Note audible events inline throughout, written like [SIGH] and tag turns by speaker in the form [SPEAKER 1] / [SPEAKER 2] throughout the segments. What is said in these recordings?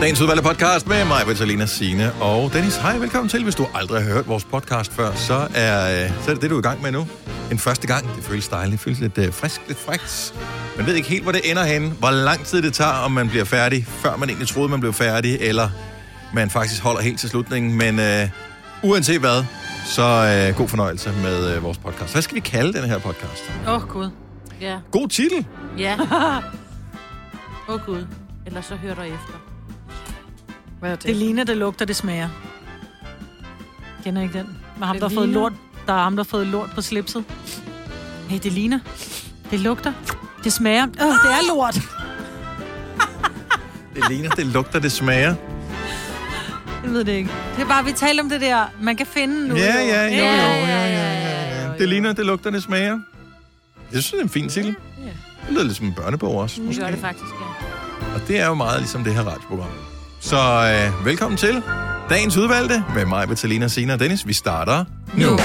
[SPEAKER 1] Dagens udvalgte podcast med mig, Vitalina Sine og Dennis. Hej, velkommen til. Hvis du aldrig har hørt vores podcast før, så er, øh, så er det det, du er i gang med nu. En første gang. Det føles dejligt. Det føles lidt øh, frisk, lidt frækt. Man ved ikke helt, hvor det ender henne. Hvor lang tid det tager, om man bliver færdig, før man egentlig troede, man blev færdig, eller man faktisk holder helt til slutningen. Men øh, uanset hvad, så øh, god fornøjelse med øh, vores podcast. Hvad skal vi kalde den her podcast?
[SPEAKER 2] Åh, oh, Gud. Ja.
[SPEAKER 1] God titel.
[SPEAKER 3] [LAUGHS]
[SPEAKER 2] Ja. Åh, oh, Gud. Ellers så hører du efter.
[SPEAKER 3] Hvad er det?
[SPEAKER 4] Det ligner, det lugter, det smager. Kender I ikke den? Med ham,
[SPEAKER 3] Det
[SPEAKER 4] der har fået
[SPEAKER 3] ligner.
[SPEAKER 4] lort. Der er ham, der har fået lort på slipset. Hey, det ligner. Det lugter. Det smager. Øh, det
[SPEAKER 3] Ah!
[SPEAKER 4] er lort.
[SPEAKER 1] Det ligner, det lugter, det smager.
[SPEAKER 4] Jeg ved det ikke. Det er bare, vi taler om det der. Man kan finde nu.
[SPEAKER 1] Ja, ja, jo, jo,
[SPEAKER 4] Ja,
[SPEAKER 1] jo, jo, jo, jo. Det ligner, det lugter, det smager. Jeg synes, det er en fin titel. Det lyder lidt som en børnebog også,
[SPEAKER 2] Det
[SPEAKER 1] måske.
[SPEAKER 2] gør det faktisk, ja.
[SPEAKER 1] Og det er jo meget ligesom det her radioprogram. Så øh, velkommen til dagens udvalgte med mig, Betalina, Sina og Dennis. Vi starter nu. nu.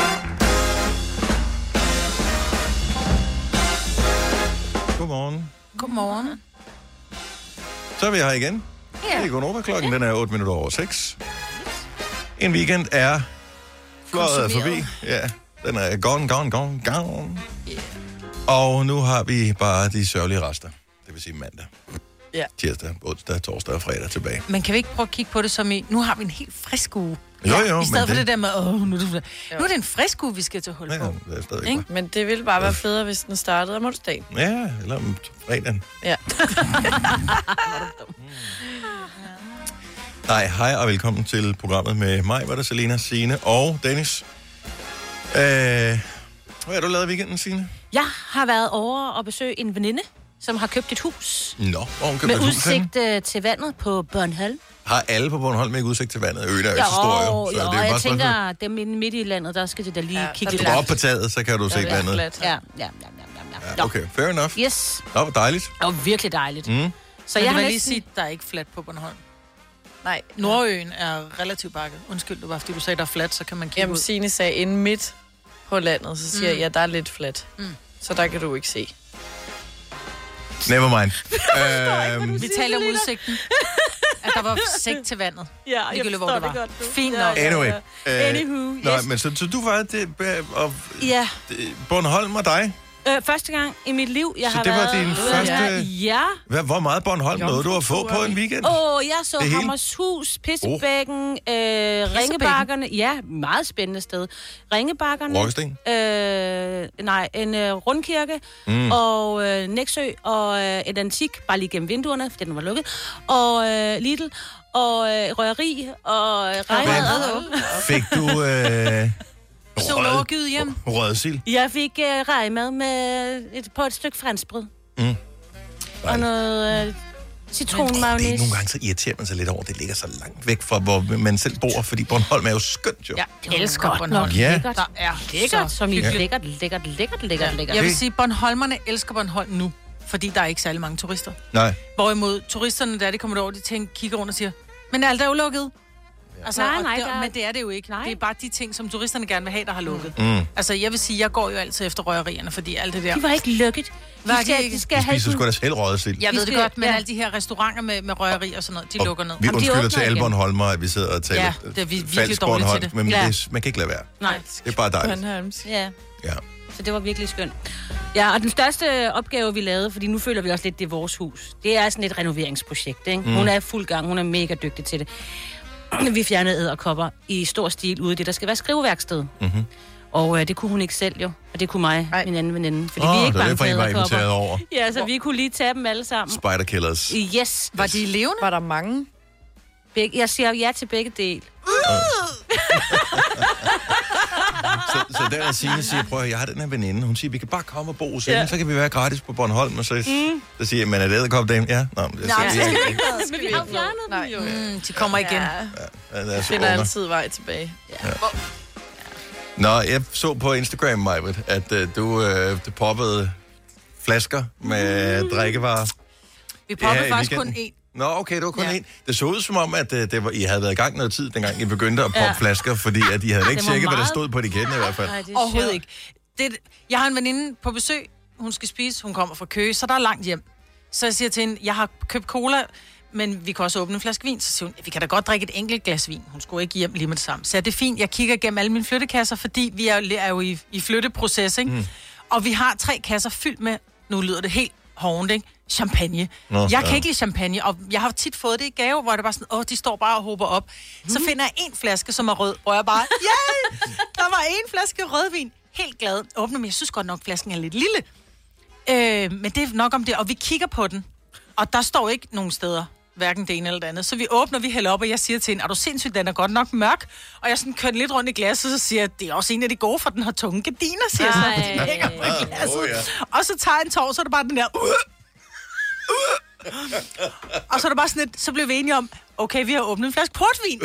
[SPEAKER 1] Godmorgen.
[SPEAKER 4] Godmorgen.
[SPEAKER 1] Så er vi her igen.
[SPEAKER 2] Ja.
[SPEAKER 1] Det er Gunova. Klokken den er 8 minutter over 6. En weekend er fløjet forbi.
[SPEAKER 5] Konsumeret.
[SPEAKER 1] Ja, den er gone, gone, gone, gone. Og nu har vi bare de sørgelige rester. Det vil sige mandag,
[SPEAKER 3] Ja.
[SPEAKER 1] tirsdag, onsdag, torsdag og fredag tilbage.
[SPEAKER 2] Men kan vi ikke prøve at kigge på det som i, nu har vi en helt frisk uge.
[SPEAKER 1] Jo,
[SPEAKER 2] Ja,
[SPEAKER 1] jo,
[SPEAKER 2] I
[SPEAKER 1] men
[SPEAKER 2] stedet for
[SPEAKER 1] det-
[SPEAKER 2] det der med, åh, nu er det, nu er det en frisk uge, vi skal til hul på.
[SPEAKER 1] Ja, det er stadig
[SPEAKER 2] Ikke?
[SPEAKER 1] ikke?
[SPEAKER 3] Men det ville bare være federe, hvis den startede om onsdagen.
[SPEAKER 1] Ja, eller om fredagen.
[SPEAKER 3] Ja.
[SPEAKER 1] Nej, hej og velkommen til programmet med mig, var der Selena, Signe og Dennis. Øh, hvad har du lavet i weekenden, Signe?
[SPEAKER 5] Jeg har været over og besøge en veninde, som har købt et hus
[SPEAKER 1] Nå, hvor hun købte
[SPEAKER 5] med
[SPEAKER 1] et hus henne.
[SPEAKER 5] udsigt øh, til vandet på Bornholm.
[SPEAKER 1] Har alle på Bornholm ikke udsigt til vandet? Øen er jo ikke
[SPEAKER 5] Ja,
[SPEAKER 1] så stor, jo.
[SPEAKER 5] og
[SPEAKER 1] Så det er
[SPEAKER 5] jeg
[SPEAKER 1] bare sådan,
[SPEAKER 5] tænker,
[SPEAKER 1] at
[SPEAKER 5] at dem inde midt i landet, der skal det da lige
[SPEAKER 3] Ja,
[SPEAKER 5] ja, kigge
[SPEAKER 3] der
[SPEAKER 1] hvis
[SPEAKER 5] lidt
[SPEAKER 1] du går
[SPEAKER 5] langt.
[SPEAKER 1] op på taget, så kan du se
[SPEAKER 3] Det er
[SPEAKER 1] vandet.
[SPEAKER 3] flat.
[SPEAKER 5] Ja, ja, ja, ja, ja, ja.
[SPEAKER 1] Ja, okay, fair enough.
[SPEAKER 5] Nå, yes,
[SPEAKER 1] Nå, hvor dejligt.
[SPEAKER 5] og virkelig dejligt.
[SPEAKER 1] Mm.
[SPEAKER 5] Så
[SPEAKER 2] Så jeg
[SPEAKER 5] jeg
[SPEAKER 2] vil
[SPEAKER 5] har
[SPEAKER 2] lige
[SPEAKER 5] næsten...
[SPEAKER 2] sige, at der er ikke flat på Bornholm.
[SPEAKER 3] Nej.
[SPEAKER 2] Nordøen er relativt bakket. Undskyld, det var fordi du sagde, der er flat, så kan man kigge
[SPEAKER 3] Jamen,
[SPEAKER 2] ud.
[SPEAKER 3] Signe sagde, inden midt [LAUGHS] på landet, så siger mm. jeg, ja, der er lidt fladt. Mm. Så der kan du ikke se.
[SPEAKER 2] Mm.
[SPEAKER 1] Never
[SPEAKER 5] [LAUGHS]
[SPEAKER 1] mind. øhm,
[SPEAKER 2] Vi taler om udsigten. At der var udsigt til vandet.
[SPEAKER 5] [LAUGHS] Ja, jeg
[SPEAKER 2] Ligegyldigt, hvor det var. Fint nok.
[SPEAKER 1] anyway. Øh,
[SPEAKER 5] altså, Anywho,
[SPEAKER 1] Nå,
[SPEAKER 5] yes.
[SPEAKER 1] men så, så du var det, øh, og,
[SPEAKER 5] Ja,
[SPEAKER 1] det- Bornholm og dig.
[SPEAKER 5] øh, første gang i mit liv, jeg
[SPEAKER 1] Så
[SPEAKER 5] har
[SPEAKER 1] det var
[SPEAKER 5] været...
[SPEAKER 1] din første-
[SPEAKER 5] Ja.
[SPEAKER 1] Hvad, hvor meget Bornholm nåede du at få på en weekend?
[SPEAKER 5] Åh, oh, jeg så
[SPEAKER 1] Det hele?
[SPEAKER 5] Hammershus, Pissebækken, øh, Ringebakkerne. Ja, meget spændende sted. Ringebakkerne.
[SPEAKER 1] Rokkesten?
[SPEAKER 5] Øh, nej, en øh, rundkirke mm. og øh, Næksø og øh, et antik, bare lige gennem vinduerne, for den var lukket, og øh, Lidl og øh, røgeri og øh, regnvejr.
[SPEAKER 1] Fik du øh,
[SPEAKER 2] Sol overgivet hjem.
[SPEAKER 1] rødsild?
[SPEAKER 5] Jeg fik øh, rejmad med et, på et stykke franskbrød
[SPEAKER 1] Mm.
[SPEAKER 5] og
[SPEAKER 1] Dejligt.
[SPEAKER 5] noget øh,
[SPEAKER 1] Det er ikke
[SPEAKER 5] citronmagnis.
[SPEAKER 1] nogle gange, så irriterer man sig lidt over, at det ligger så langt væk fra, hvor man selv bor, fordi Bornholm er jo skønt, jo.
[SPEAKER 2] Ja, jeg elsker
[SPEAKER 5] Godt
[SPEAKER 2] Bornholm.
[SPEAKER 5] nok.
[SPEAKER 1] ja.
[SPEAKER 5] Lækkert.
[SPEAKER 2] Der er
[SPEAKER 5] Lækkert,
[SPEAKER 2] så
[SPEAKER 5] som i
[SPEAKER 2] hyggeligt.
[SPEAKER 5] lækkert, lækkert, lækkert, lækkert, lækkert.
[SPEAKER 2] Jeg vil sige, Bornholmerne elsker Bornholm nu, fordi der er ikke særlig mange turister.
[SPEAKER 1] Nej.
[SPEAKER 2] Hvorimod turisterne, der de kommer derover, de tænker, kigger rundt og siger, men alt er jo lukket. Altså,
[SPEAKER 5] Nej,
[SPEAKER 2] og
[SPEAKER 5] nej,
[SPEAKER 2] det,
[SPEAKER 5] der er-
[SPEAKER 2] men det er det jo ikke.
[SPEAKER 5] Nej.
[SPEAKER 2] Det er bare de ting, som turisterne gerne vil have, der har lukket. Mm. Altså, jeg vil sige, jeg går jo altid efter røgerierne, fordi alt det der...
[SPEAKER 5] De var ikke lykket.
[SPEAKER 2] Var
[SPEAKER 5] De
[SPEAKER 2] de
[SPEAKER 5] skal,
[SPEAKER 2] ikke?
[SPEAKER 5] de skal
[SPEAKER 1] Vi
[SPEAKER 5] have
[SPEAKER 1] spiser sgu da selv rødsild.
[SPEAKER 2] Jeg
[SPEAKER 5] de
[SPEAKER 2] ved det
[SPEAKER 5] skal-
[SPEAKER 2] godt, men
[SPEAKER 5] ja.
[SPEAKER 2] alle de her restauranter med, med røgeri og sådan noget, de lukker ned.
[SPEAKER 1] Vi
[SPEAKER 5] Jamen, de
[SPEAKER 1] undskylder
[SPEAKER 5] åbner
[SPEAKER 1] til alle
[SPEAKER 5] igen.
[SPEAKER 1] Bornholmere, at vi sidder og taler øh,
[SPEAKER 2] Ja, det er vi virkelig
[SPEAKER 1] falsk
[SPEAKER 2] dårlige til
[SPEAKER 1] Bornholm,
[SPEAKER 2] det.
[SPEAKER 1] Men
[SPEAKER 5] Ja.
[SPEAKER 1] det, man kan ikke lade være.
[SPEAKER 5] Nej,
[SPEAKER 1] Det er bare dejligt.
[SPEAKER 3] Bornholms.
[SPEAKER 5] ja.
[SPEAKER 1] Ja.
[SPEAKER 5] Så det var virkelig skønt. Ja, og den største opgave, vi lavede, fordi nu føler vi også lidt, det er vores hus, det er sådan et renoveringsprojekt, ikke? Mm. Hun er i fuld gang, hun er mega dygtig til det. [CLEARS THROAT] vi fjernede æderkopper i stor stil ude i det, der skal være skriveværksted. Mm-hmm. Og øh, det kunne hun ikke selv jo, og det kunne mig, Ej. min anden veninde, fordi
[SPEAKER 1] Åh,
[SPEAKER 5] vi er
[SPEAKER 1] oh,
[SPEAKER 5] ikke
[SPEAKER 1] det var
[SPEAKER 5] bange
[SPEAKER 1] derfor,
[SPEAKER 5] for
[SPEAKER 1] I var inviteret
[SPEAKER 5] edderkopper.
[SPEAKER 1] over.
[SPEAKER 5] Ja, så vi kunne lige tage dem alle sammen.
[SPEAKER 1] Spider Killers.
[SPEAKER 5] Yes.
[SPEAKER 2] Var de levende?
[SPEAKER 3] Var der mange?
[SPEAKER 5] Beg- jeg siger ja til begge dele.
[SPEAKER 1] Så, så der er Signe siger, prøv at høre, jeg har den her veninde. Hun siger, vi kan bare komme og bo hos hende, så kan vi være gratis på Bornholm. Og så, mm. så siger jeg, men er det æderkop, dame? Ja, nå, men jeg
[SPEAKER 2] Nej,
[SPEAKER 1] siger, ja, ja,
[SPEAKER 3] Men
[SPEAKER 5] vi har fjernet dem
[SPEAKER 3] Nej, jo.
[SPEAKER 2] Mm, de kommer igen. Mm. Ja.
[SPEAKER 3] Ja,
[SPEAKER 1] ja, det er så
[SPEAKER 3] finder
[SPEAKER 1] unger.
[SPEAKER 3] altid vej tilbage.
[SPEAKER 1] Nå, jeg så på Instagram, Majbert, at uh, du uh, du poppede flasker med mm. drikkevarer.
[SPEAKER 2] Vi
[SPEAKER 1] Det her
[SPEAKER 2] popper
[SPEAKER 1] i
[SPEAKER 2] faktisk kun
[SPEAKER 1] weekenden.
[SPEAKER 2] én.
[SPEAKER 1] Nå, okay, det var kun
[SPEAKER 2] Ja.
[SPEAKER 1] en. Det så ud som om, at uh, det var, I havde været i gang noget tid, dengang I begyndte at poppe ja. flasker, fordi at I havde ikke
[SPEAKER 5] var
[SPEAKER 1] tjekket, hvad der
[SPEAKER 5] meget-
[SPEAKER 1] stod på etiketten i hvert fald.
[SPEAKER 5] Nej, det er
[SPEAKER 2] Overhovedet
[SPEAKER 5] sjovt.
[SPEAKER 2] ikke. Det, er- jeg har en veninde på besøg, hun skal spise, hun kommer fra Køge, så der er langt hjem. Så jeg siger til hende, jeg har købt cola, men vi kan også åbne en flaske vin. Så siger hun, vi kan da godt drikke et enkelt glas vin. Hun skulle ikke hjem lige med det samme. Så ja, det er fint, jeg kigger gennem alle mine flyttekasser, fordi vi er jo, er jo i, i flytteproces, ikke? Mm. Og vi har tre kasser fyldt med, nu lyder det helt hovent, ikke? Champagne.
[SPEAKER 1] Nå,
[SPEAKER 2] Nå, jeg kan
[SPEAKER 1] ja.
[SPEAKER 2] ja. ikke lide champagne, og jeg har tit fået det i gave, hvor det bare sådan, åh, de står bare og håber op. Mm. Så finder jeg en flaske, som er rød, hvor jeg bare, [LAUGHS] ja, yeah! der var en flaske rødvin. Helt glad. Åbner, men jeg synes godt nok, flasken er lidt lille. Øh, men det er nok om det, og vi kigger på den, og der står ikke nogen steder, hverken det ene eller det andet. Så vi åbner, vi hælder op, og jeg siger til hende, er du sindssygt, den er godt nok mørk? Og jeg sådan kører den lidt rundt i glasset, så siger jeg, det er også en af de gode, for den har tunge gardiner, siger jeg så. fordi [LAUGHS] den hænger på
[SPEAKER 1] Ej.
[SPEAKER 2] glasset.
[SPEAKER 1] Åh,
[SPEAKER 2] Og så tager jeg en tår, så er det bare den der... Uh, uh. Og så er det bare sådan lidt, så blev vi enige om, okay, vi har åbnet en flaske portvin.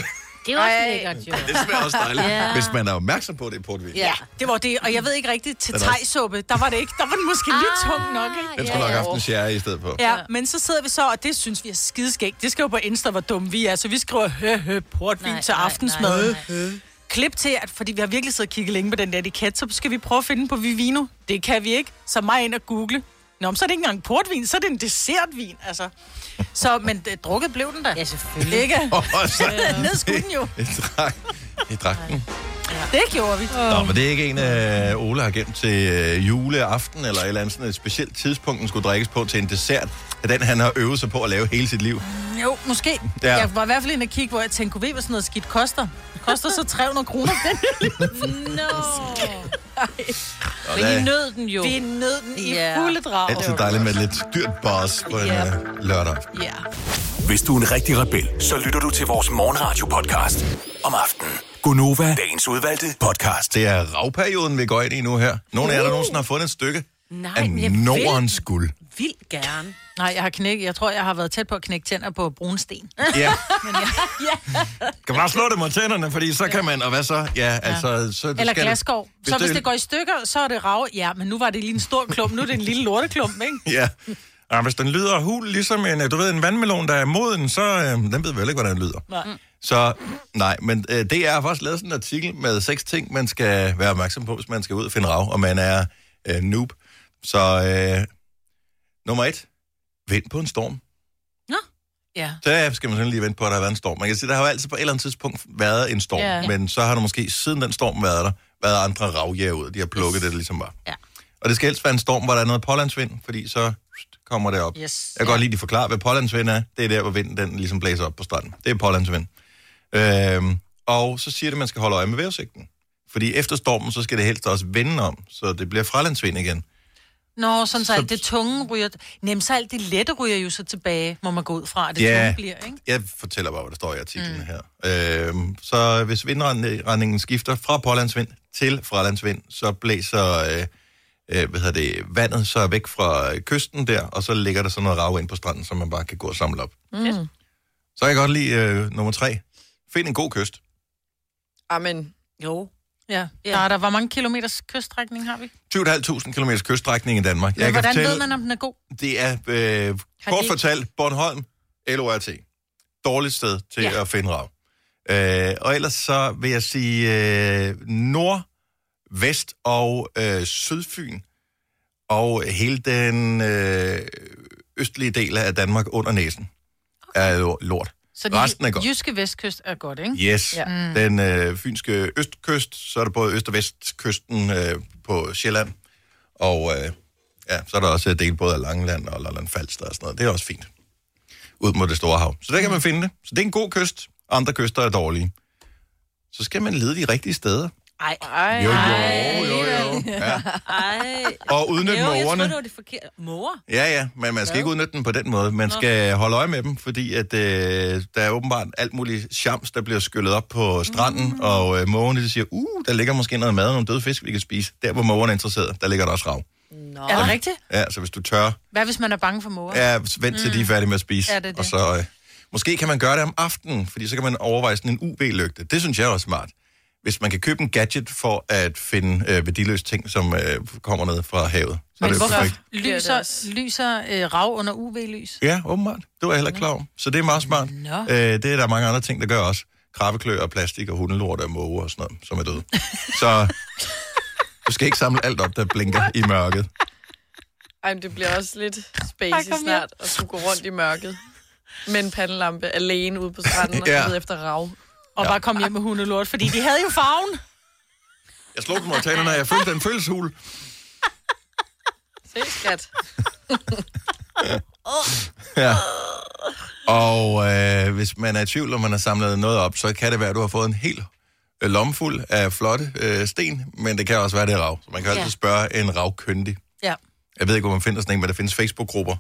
[SPEAKER 5] Det er jo også
[SPEAKER 3] Ej.
[SPEAKER 5] lækkert, jo.
[SPEAKER 1] Det smager også dejligt, yeah. hvis man er opmærksom på at det er portvin.
[SPEAKER 5] Ja.
[SPEAKER 1] Yeah.
[SPEAKER 2] Ja, det var det, og jeg ved ikke rigtigt, til
[SPEAKER 1] Den er også-
[SPEAKER 2] tegsuppe, der var det ikke, der var den måske lidt
[SPEAKER 5] Ah,
[SPEAKER 2] tung nok, ikke?
[SPEAKER 1] Den skulle
[SPEAKER 5] Ja,
[SPEAKER 1] nok
[SPEAKER 5] ja.
[SPEAKER 1] have haft en sherry i stedet for.
[SPEAKER 2] Ja, men så sidder vi så, og det synes vi er skideskægt. Det skal jo på Insta, hvor dumme vi er. Så vi skriver, hø, hø, portvin
[SPEAKER 5] Nej,
[SPEAKER 2] til
[SPEAKER 5] nej,
[SPEAKER 2] aftensmad.
[SPEAKER 5] nej, nej.
[SPEAKER 2] Klip til, at fordi vi har virkelig siddet og kigget længe på den der etiket, så skal vi prøve at finde den på Vivino. Det kan vi ikke. Så mig ind og google. Nå, men så er det ikke engang portvin, så er det en dessertvin, altså. Så, men øh, drukket blev den da.
[SPEAKER 5] Ja, selvfølgelig.
[SPEAKER 2] Ikke?
[SPEAKER 1] [LAUGHS] Og så...
[SPEAKER 2] [LAUGHS] Ned skulle den jo.
[SPEAKER 1] [LAUGHS] Jeg drak, jeg drak den.
[SPEAKER 2] Det gjorde vi.
[SPEAKER 1] Nå, men det er ikke en, øh, Ole har gemt til øh, juleaften, eller et eller andet sådan et specielt tidspunkt, den skulle drikkes på til en dessert, af den han har øvet sig på at lave hele sit liv.
[SPEAKER 2] Jo, måske.
[SPEAKER 1] Ja.
[SPEAKER 2] Ja. Jeg var i hvert fald inde og kigge, hvor jeg tænkte, kunne vi, hvad sådan noget skidt koster? Koster så 300 kroner. [LAUGHS] Den
[SPEAKER 5] No.
[SPEAKER 1] Og
[SPEAKER 3] Men I
[SPEAKER 1] der-
[SPEAKER 3] nød den jo.
[SPEAKER 2] vi nød den i
[SPEAKER 3] Ja.
[SPEAKER 2] fulde drag.
[SPEAKER 1] Altid dejligt med lidt dyrt boss på en
[SPEAKER 3] Ja.
[SPEAKER 1] øh, lørdag.
[SPEAKER 2] Ja.
[SPEAKER 6] Hvis du er en rigtig rebel, så lytter du til vores morgenradio-podcast om aftenen. Gunova, dagens udvalgte podcast.
[SPEAKER 1] Det er ravperioden, vi går ind i nu her. Nogle af
[SPEAKER 2] Uh.
[SPEAKER 1] jer, der nogensinde har fundet et stykke
[SPEAKER 5] Nej,
[SPEAKER 1] af
[SPEAKER 5] men jeg vil-
[SPEAKER 1] Nordens guld.
[SPEAKER 5] Vildt gerne.
[SPEAKER 2] Nej, jeg har knækket. Jeg tror, jeg har været tæt på at knække tænder på brunsten. [LAUGHS]
[SPEAKER 1] Ja. Kan bare slå det mod tænderne, fordi så kan man, og hvad så? Ja, altså... Så
[SPEAKER 2] Eller
[SPEAKER 1] skal-
[SPEAKER 2] glaskov. Så hvis det går i stykker, så er det rav. Ja, men nu var det lige en stor klump. Nu er det en lille lorteklump, ikke?
[SPEAKER 1] Ja. Ja, hvis den lyder hul, ligesom en, øh, du ved, en vandmelon, der er moden, så øh, den ved vi vel ikke, hvordan den lyder. Nej. Så nej, men øh, det er faktisk lavet sådan en artikel med seks ting, man skal være opmærksom på, hvis man skal ud og finde rav, og man er øh, noob. Så øh, nummer et, vent på en storm.
[SPEAKER 2] Ja.
[SPEAKER 1] Der skal man sådan lige vente på, at der har været en storm. Man kan sige, der har jo altid på et eller andet tidspunkt været en storm, ja.
[SPEAKER 3] Ja.
[SPEAKER 1] men så har der måske siden den storm været der, været andre ravjær ud. De har plukket yes. det, det ligesom var.
[SPEAKER 5] Ja.
[SPEAKER 1] Og det skal helst være en storm, hvor der er noget pålandsvind, fordi så pst, kommer det op.
[SPEAKER 2] Yes.
[SPEAKER 1] Jeg kan godt lide, at de forklarer, hvad pålandsvind er. Det er der, hvor vinden den ligesom blæser op på stranden. Det er pålandsvind. Øhm, og så siger det, at man skal holde øje med vejrudsigten. Fordi efter stormen, så skal det helst også vende om, så det bliver fralandsvind igen.
[SPEAKER 2] Nå, sådan så alt det tunge ryger... Nem, så alt det lette ryger jo så tilbage, må man gå ud fra, at det
[SPEAKER 1] Ja.
[SPEAKER 2] tunge bliver, ikke?
[SPEAKER 1] Jeg fortæller bare, hvad der står i artiklen mm. her. Øhm, så hvis vindretningen skifter fra pålandsvind til fralandsvind, så blæser øh, øh, hvad hedder det, vandet så væk fra øh, kysten der, og så ligger der sådan noget rav ind på stranden, som man bare kan gå og samle op. Mm. Så kan jeg godt lide øh, nummer tre. Find en god kyst.
[SPEAKER 3] Amen.
[SPEAKER 5] Jo.
[SPEAKER 2] Ja. Der er der, hvor mange kilometers kyststrækning har vi?
[SPEAKER 1] 20.500 km kyststrækning i Danmark.
[SPEAKER 2] Men hvordan ved man, om den er god?
[SPEAKER 1] det er øh, kort fortalt Bornholm, LORT. Dårligt sted til ja. at finde rav. Øh, og ellers så vil jeg sige øh, nord, vest og øh, sydfyn og hele den øh, østlige del af Danmark under næsen okay. er jo lort.
[SPEAKER 2] Så
[SPEAKER 1] Resten er godt.
[SPEAKER 2] jyske vestkyst er godt, ikke? Mm.
[SPEAKER 1] Yes.
[SPEAKER 3] Ja.
[SPEAKER 1] Ja. Den øh, fynske østkyst, så er der både øst- og vestkysten øh, på Sjælland, og øh, ja, så er der også øh, del både af Langeland og Lolland Falster og sådan noget. Det er også fint. Ud mod det store hav. Så der kan man finde det. Så det er en god kyst. Andre kyster er dårlige. Så skal man lede de rigtige steder.
[SPEAKER 5] Ej.
[SPEAKER 3] Ej,
[SPEAKER 1] Jo, jo, jo, jo. Ja.
[SPEAKER 5] Ej.
[SPEAKER 1] Og
[SPEAKER 5] Jo,
[SPEAKER 1] udnytte
[SPEAKER 5] jeg troede,
[SPEAKER 1] mågerne.
[SPEAKER 5] det var det forkerte. Måger?
[SPEAKER 1] Ja, ja, men man skal ikke udnytte den på den måde. Man skal holde øje med dem, fordi at, øh, der er åbenbart alt muligt shams, der bliver skyllet op på stranden, mm. og øh, mågerne de siger, uh, der ligger måske noget mad og nogle døde fisk, vi kan spise. Der, hvor mågerne er interesseret, der ligger der også rav.
[SPEAKER 3] Nå.
[SPEAKER 2] Er det rigtigt?
[SPEAKER 1] Ja, så hvis du tør,
[SPEAKER 2] Hvad hvis man er bange for måger?
[SPEAKER 1] ja, vent til de er færdige med at spise.
[SPEAKER 2] Mm. Ja, det er det.
[SPEAKER 1] Og så, øh, måske kan man gøre det om aftenen, fordi så kan man overveje sådan en UV-lygte. Det synes jeg er smart. Hvis man kan købe en gadget for at finde øh, værdiløse ting, som øh, kommer ned fra havet. Så
[SPEAKER 2] Men
[SPEAKER 1] er det jo perfekt.
[SPEAKER 2] hvorfor
[SPEAKER 3] Det er det
[SPEAKER 2] lyser,
[SPEAKER 3] også.
[SPEAKER 2] lyser øh, rav under UV-lys?
[SPEAKER 1] Ja, åbenbart. Det var jeg heller ikke klar over. Så det er meget smart.
[SPEAKER 2] Nå.
[SPEAKER 1] Øh, det er der mange andre ting, der gør også. Krabbeklør og plastik og hundelort og måger og sådan noget, som er døde. Så du skal ikke samle alt op, der blinker i mørket.
[SPEAKER 3] Ej, men det bliver også lidt
[SPEAKER 2] Ej,
[SPEAKER 3] spacey
[SPEAKER 2] kom her.
[SPEAKER 3] snart at skulle gå rundt i mørket. med en pandelampe alene ude på stranden og
[SPEAKER 1] Ja.
[SPEAKER 3] ja. lede efter rav.
[SPEAKER 2] Og bare komme hjem med hundelort, fordi de havde jo farven.
[SPEAKER 1] Jeg slog dem over tænderne, og jeg følte den følelseshul.
[SPEAKER 3] Se, skat. [LAUGHS]
[SPEAKER 1] Ja. Og øh, hvis man er i tvivl, om man har samlet noget op, så kan det være, at du har fået en hel øh, lommefuld af flotte øh, sten, men det kan også være, det er rav. Så man kan altid spørge en ravkyndig.
[SPEAKER 2] Ja.
[SPEAKER 1] Jeg ved ikke, hvor man finder sådan en, men der findes Facebook-grupper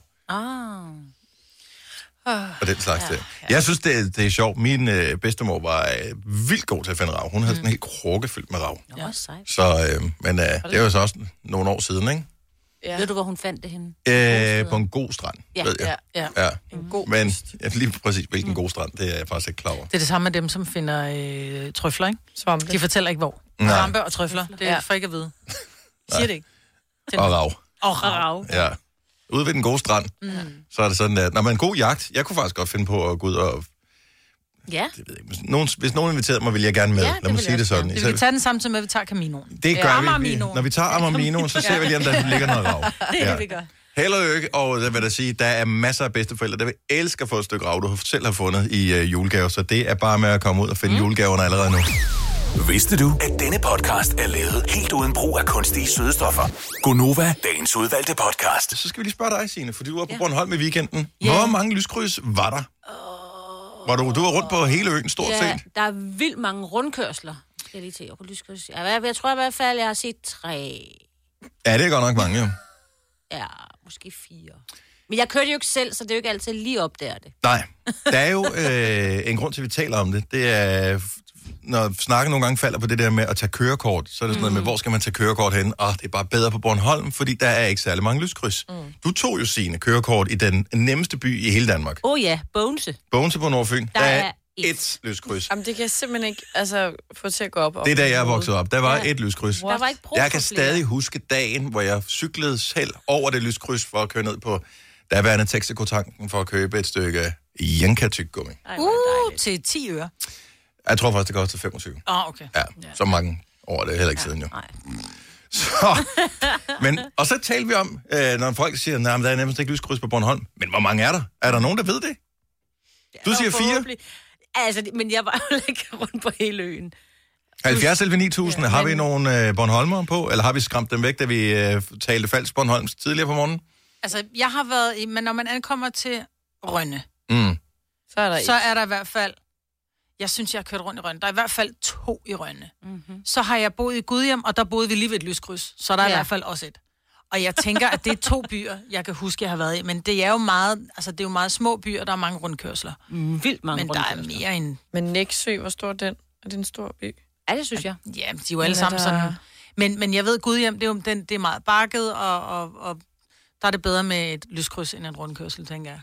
[SPEAKER 1] og den slags ja, ja. Jeg synes, det, er- det er sjovt. Min øh, bedstemor var øh, vildt god til at finde rav. Hun havde sådan en hel krukke fyldt med rav.
[SPEAKER 5] Nå, sejt.
[SPEAKER 1] Så, øh, men øh, det er jo så også nogle år siden, ikke?
[SPEAKER 3] Ja.
[SPEAKER 5] Ved du, hvor hun fandt det henne?
[SPEAKER 1] Øh, på en god strand,
[SPEAKER 5] Ja,
[SPEAKER 1] ved jeg.
[SPEAKER 3] ja,
[SPEAKER 1] ja. En god Men ja, lige præcis, hvilken god strand, det er jeg faktisk ikke klar over.
[SPEAKER 2] Det er det samme med dem, som finder øh, trøfler, ikke?
[SPEAKER 3] Svampe.
[SPEAKER 2] De fortæller ikke, hvor.
[SPEAKER 1] Nej.
[SPEAKER 2] Rampe og trøfler. Det er
[SPEAKER 3] Ja.
[SPEAKER 2] for ikke
[SPEAKER 1] [LAUGHS]
[SPEAKER 2] at vide. Siger det ikke.
[SPEAKER 1] Og rav,
[SPEAKER 2] Og rav.
[SPEAKER 5] Rav.
[SPEAKER 1] ja. Ude ved den gode strand, mm. så er det sådan, at... Når man en god jagt, jeg kunne faktisk godt finde på at gå ud og...
[SPEAKER 5] Ja.
[SPEAKER 1] Jeg ved ikke, hvis, nogen, hvis nogen inviterede mig, ville jeg gerne med.
[SPEAKER 5] Ja,
[SPEAKER 1] Ja,
[SPEAKER 5] det
[SPEAKER 1] Lad
[SPEAKER 5] vil
[SPEAKER 1] mig sige
[SPEAKER 5] jeg
[SPEAKER 1] det
[SPEAKER 5] også
[SPEAKER 1] sådan.
[SPEAKER 5] gerne.
[SPEAKER 1] Især-
[SPEAKER 2] Vi tager den samme som med, at vi tager Caminoen.
[SPEAKER 1] Det gør ja, vi. vi.
[SPEAKER 2] Amarminoen.
[SPEAKER 1] Når vi tager Amarminoen, så ser vi lige, om der ligger noget
[SPEAKER 2] [LAUGHS]
[SPEAKER 1] rav. Det er ja.
[SPEAKER 5] vi gør.
[SPEAKER 1] Held og lykke, og jeg vil da sige, der er masser af bedsteforældre, der vil elske at få et stykke rav, du selv har fundet i øh, julegave, så det er bare med at komme ud og finde mm. julegaverne allerede nu.
[SPEAKER 6] Vidste du, at denne podcast er lavet helt uden brug af kunstige sødestoffer? Gonova, dagens udvalgte podcast.
[SPEAKER 1] Så skal vi lige spørge dig, Signe, fordi du var på Bornholm i weekenden. Hvor mange lyskryds var der? Var du, du var rundt på hele øen, stort
[SPEAKER 5] Ja,
[SPEAKER 1] set.
[SPEAKER 5] der er vildt mange rundkørsler. Skal jeg lige til på lyskryds. Ja, Jeg, jeg tror i hvert fald, jeg har set tre,
[SPEAKER 1] Ja, det er godt nok mange, jo.
[SPEAKER 5] ja, måske fire. Men jeg kørte jo ikke selv, så det er jo ikke altid lige op der det.
[SPEAKER 1] Nej, der er jo øh, en grund til, at vi taler om det. Det er, f- når snakken nogle gange falder på det der med at tage kørekort, så er det sådan
[SPEAKER 5] Mm.
[SPEAKER 1] noget med, hvor skal man tage kørekort hen? Og det er bare bedre på Bornholm, fordi der er ikke særlig mange lyskryds. Mm. Du tog jo sine kørekort i den nemmeste by i hele Danmark.
[SPEAKER 5] Åh oh, ja, Bonse.
[SPEAKER 1] Bogense på Nordfyn,
[SPEAKER 5] Der
[SPEAKER 1] der, der
[SPEAKER 5] er
[SPEAKER 1] er
[SPEAKER 5] ét.
[SPEAKER 1] ét lyskryds.
[SPEAKER 3] Jamen, det kan jeg simpelthen ikke altså, få til at gå op.
[SPEAKER 1] Det er da jeg voksede op. Der var et lyskryds.
[SPEAKER 5] Der var ikke brug
[SPEAKER 1] Jeg kan
[SPEAKER 5] for flere.
[SPEAKER 1] stadig huske dagen, hvor jeg cyklede selv over det lyskryds for at køre ned på daværende Texaco-tanken for at købe et stykke Janka-tyggummi.
[SPEAKER 2] Uh, til 10 øre.
[SPEAKER 1] Jeg tror faktisk, det kostede 25.
[SPEAKER 2] Ah, okay.
[SPEAKER 1] Ja, så mange år er det heller ikke ja, siden jo. [LAUGHS] Så, men, og så talte vi om, øh, når folk siger, at der er nærmest ikke lyskryds på Bornholm. Men hvor mange er der? Er der nogen, der ved det? Du siger fire.
[SPEAKER 5] Forhåbentlig. Altså, det- men jeg var jo [LAUGHS] ikke rundt på hele øen.
[SPEAKER 1] 70 eller 9000. Har vi nogle øh, Bornholmer på? Eller har vi skræmt dem væk, da vi øh, talte falsk Bornholms tidligere på morgenen?
[SPEAKER 2] Altså, jeg har været i... Men når man ankommer til Rønne,
[SPEAKER 1] Mm.
[SPEAKER 3] Så er der
[SPEAKER 2] så
[SPEAKER 3] ikke.
[SPEAKER 2] er der i hvert fald... Jeg synes, jeg har kørt rundt i Rønne. Der er i hvert fald to i Rønne. Mm-hmm. Så har jeg boet i Gudhjem, og der boede vi lige ved et lyskryds. Så er der er
[SPEAKER 5] Mm.
[SPEAKER 2] i
[SPEAKER 5] Ja.
[SPEAKER 2] hvert fald også et. Og jeg tænker, at det er to byer, jeg kan huske, jeg har været i. Men det er jo meget, altså, det er jo meget små byer, der er mange rundkørsler.
[SPEAKER 5] Mm, vildt mange
[SPEAKER 2] Men der er
[SPEAKER 5] rundkørsler.
[SPEAKER 2] mere end...
[SPEAKER 3] Men Næksø, hvor stor er den? Er det en stor by?
[SPEAKER 5] Ja, det synes jeg.
[SPEAKER 2] Ja, de er jo alle
[SPEAKER 3] er
[SPEAKER 2] sammen
[SPEAKER 3] der-
[SPEAKER 2] sådan... Men, men jeg ved, Gudhjem, det er, jo, den, det er meget bakket, og, og, og der er det bedre med et lyskryds end en rundkørsel,
[SPEAKER 5] [LAUGHS]
[SPEAKER 2] tænker jeg.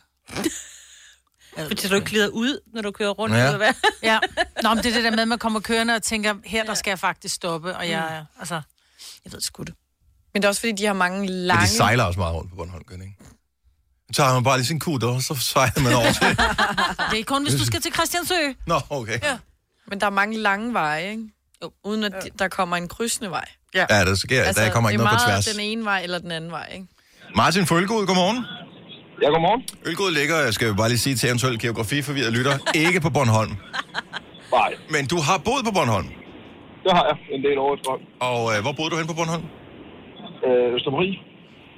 [SPEAKER 2] Jeg ved
[SPEAKER 5] Fordi
[SPEAKER 2] det
[SPEAKER 5] du
[SPEAKER 2] ikke.
[SPEAKER 5] ikke glider ud, når du kører rundt,
[SPEAKER 1] Ja.
[SPEAKER 5] ja. eller hvad?
[SPEAKER 3] [LAUGHS]
[SPEAKER 2] Ja. Nå, men det er det der med, at man kommer kørende og tænker, her der skal jeg faktisk stoppe, og jeg, altså, jeg ved sgu det.
[SPEAKER 3] Mm. Men det er også, fordi de har mange
[SPEAKER 1] Men
[SPEAKER 3] lange...
[SPEAKER 1] de sejler også meget rundt på Bornholm, gør de ikke? Så tager man bare lige sin kudder, og så sejler man
[SPEAKER 3] [LAUGHS]
[SPEAKER 1] over til...
[SPEAKER 2] Det er kun, hvis du skal til Christiansø.
[SPEAKER 1] Nå, okay. Ja,
[SPEAKER 3] Men der er mange lange veje, ikke? Jo. Uden at de- der kommer en krydsende vej. Ja.
[SPEAKER 1] ja der sker. Altså, der kommer ikke
[SPEAKER 3] det er
[SPEAKER 1] noget på
[SPEAKER 3] meget
[SPEAKER 1] tværs.
[SPEAKER 3] den ene vej eller den anden vej, ikke?
[SPEAKER 1] Martin fra Ølgod, godmorgen.
[SPEAKER 7] Ja, godmorgen.
[SPEAKER 1] Ølgod ligger, jeg skal jo bare lige sige til eventuelt geografiforvirrede lytter, ikke på Bornholm.
[SPEAKER 7] [LAUGHS] Nej,
[SPEAKER 1] Men du har boet på Bornholm.
[SPEAKER 7] det har jeg en del over efterhånden.
[SPEAKER 1] Og øh, hvor boede du hen på Bornholm?
[SPEAKER 7] Øh, Østermarie,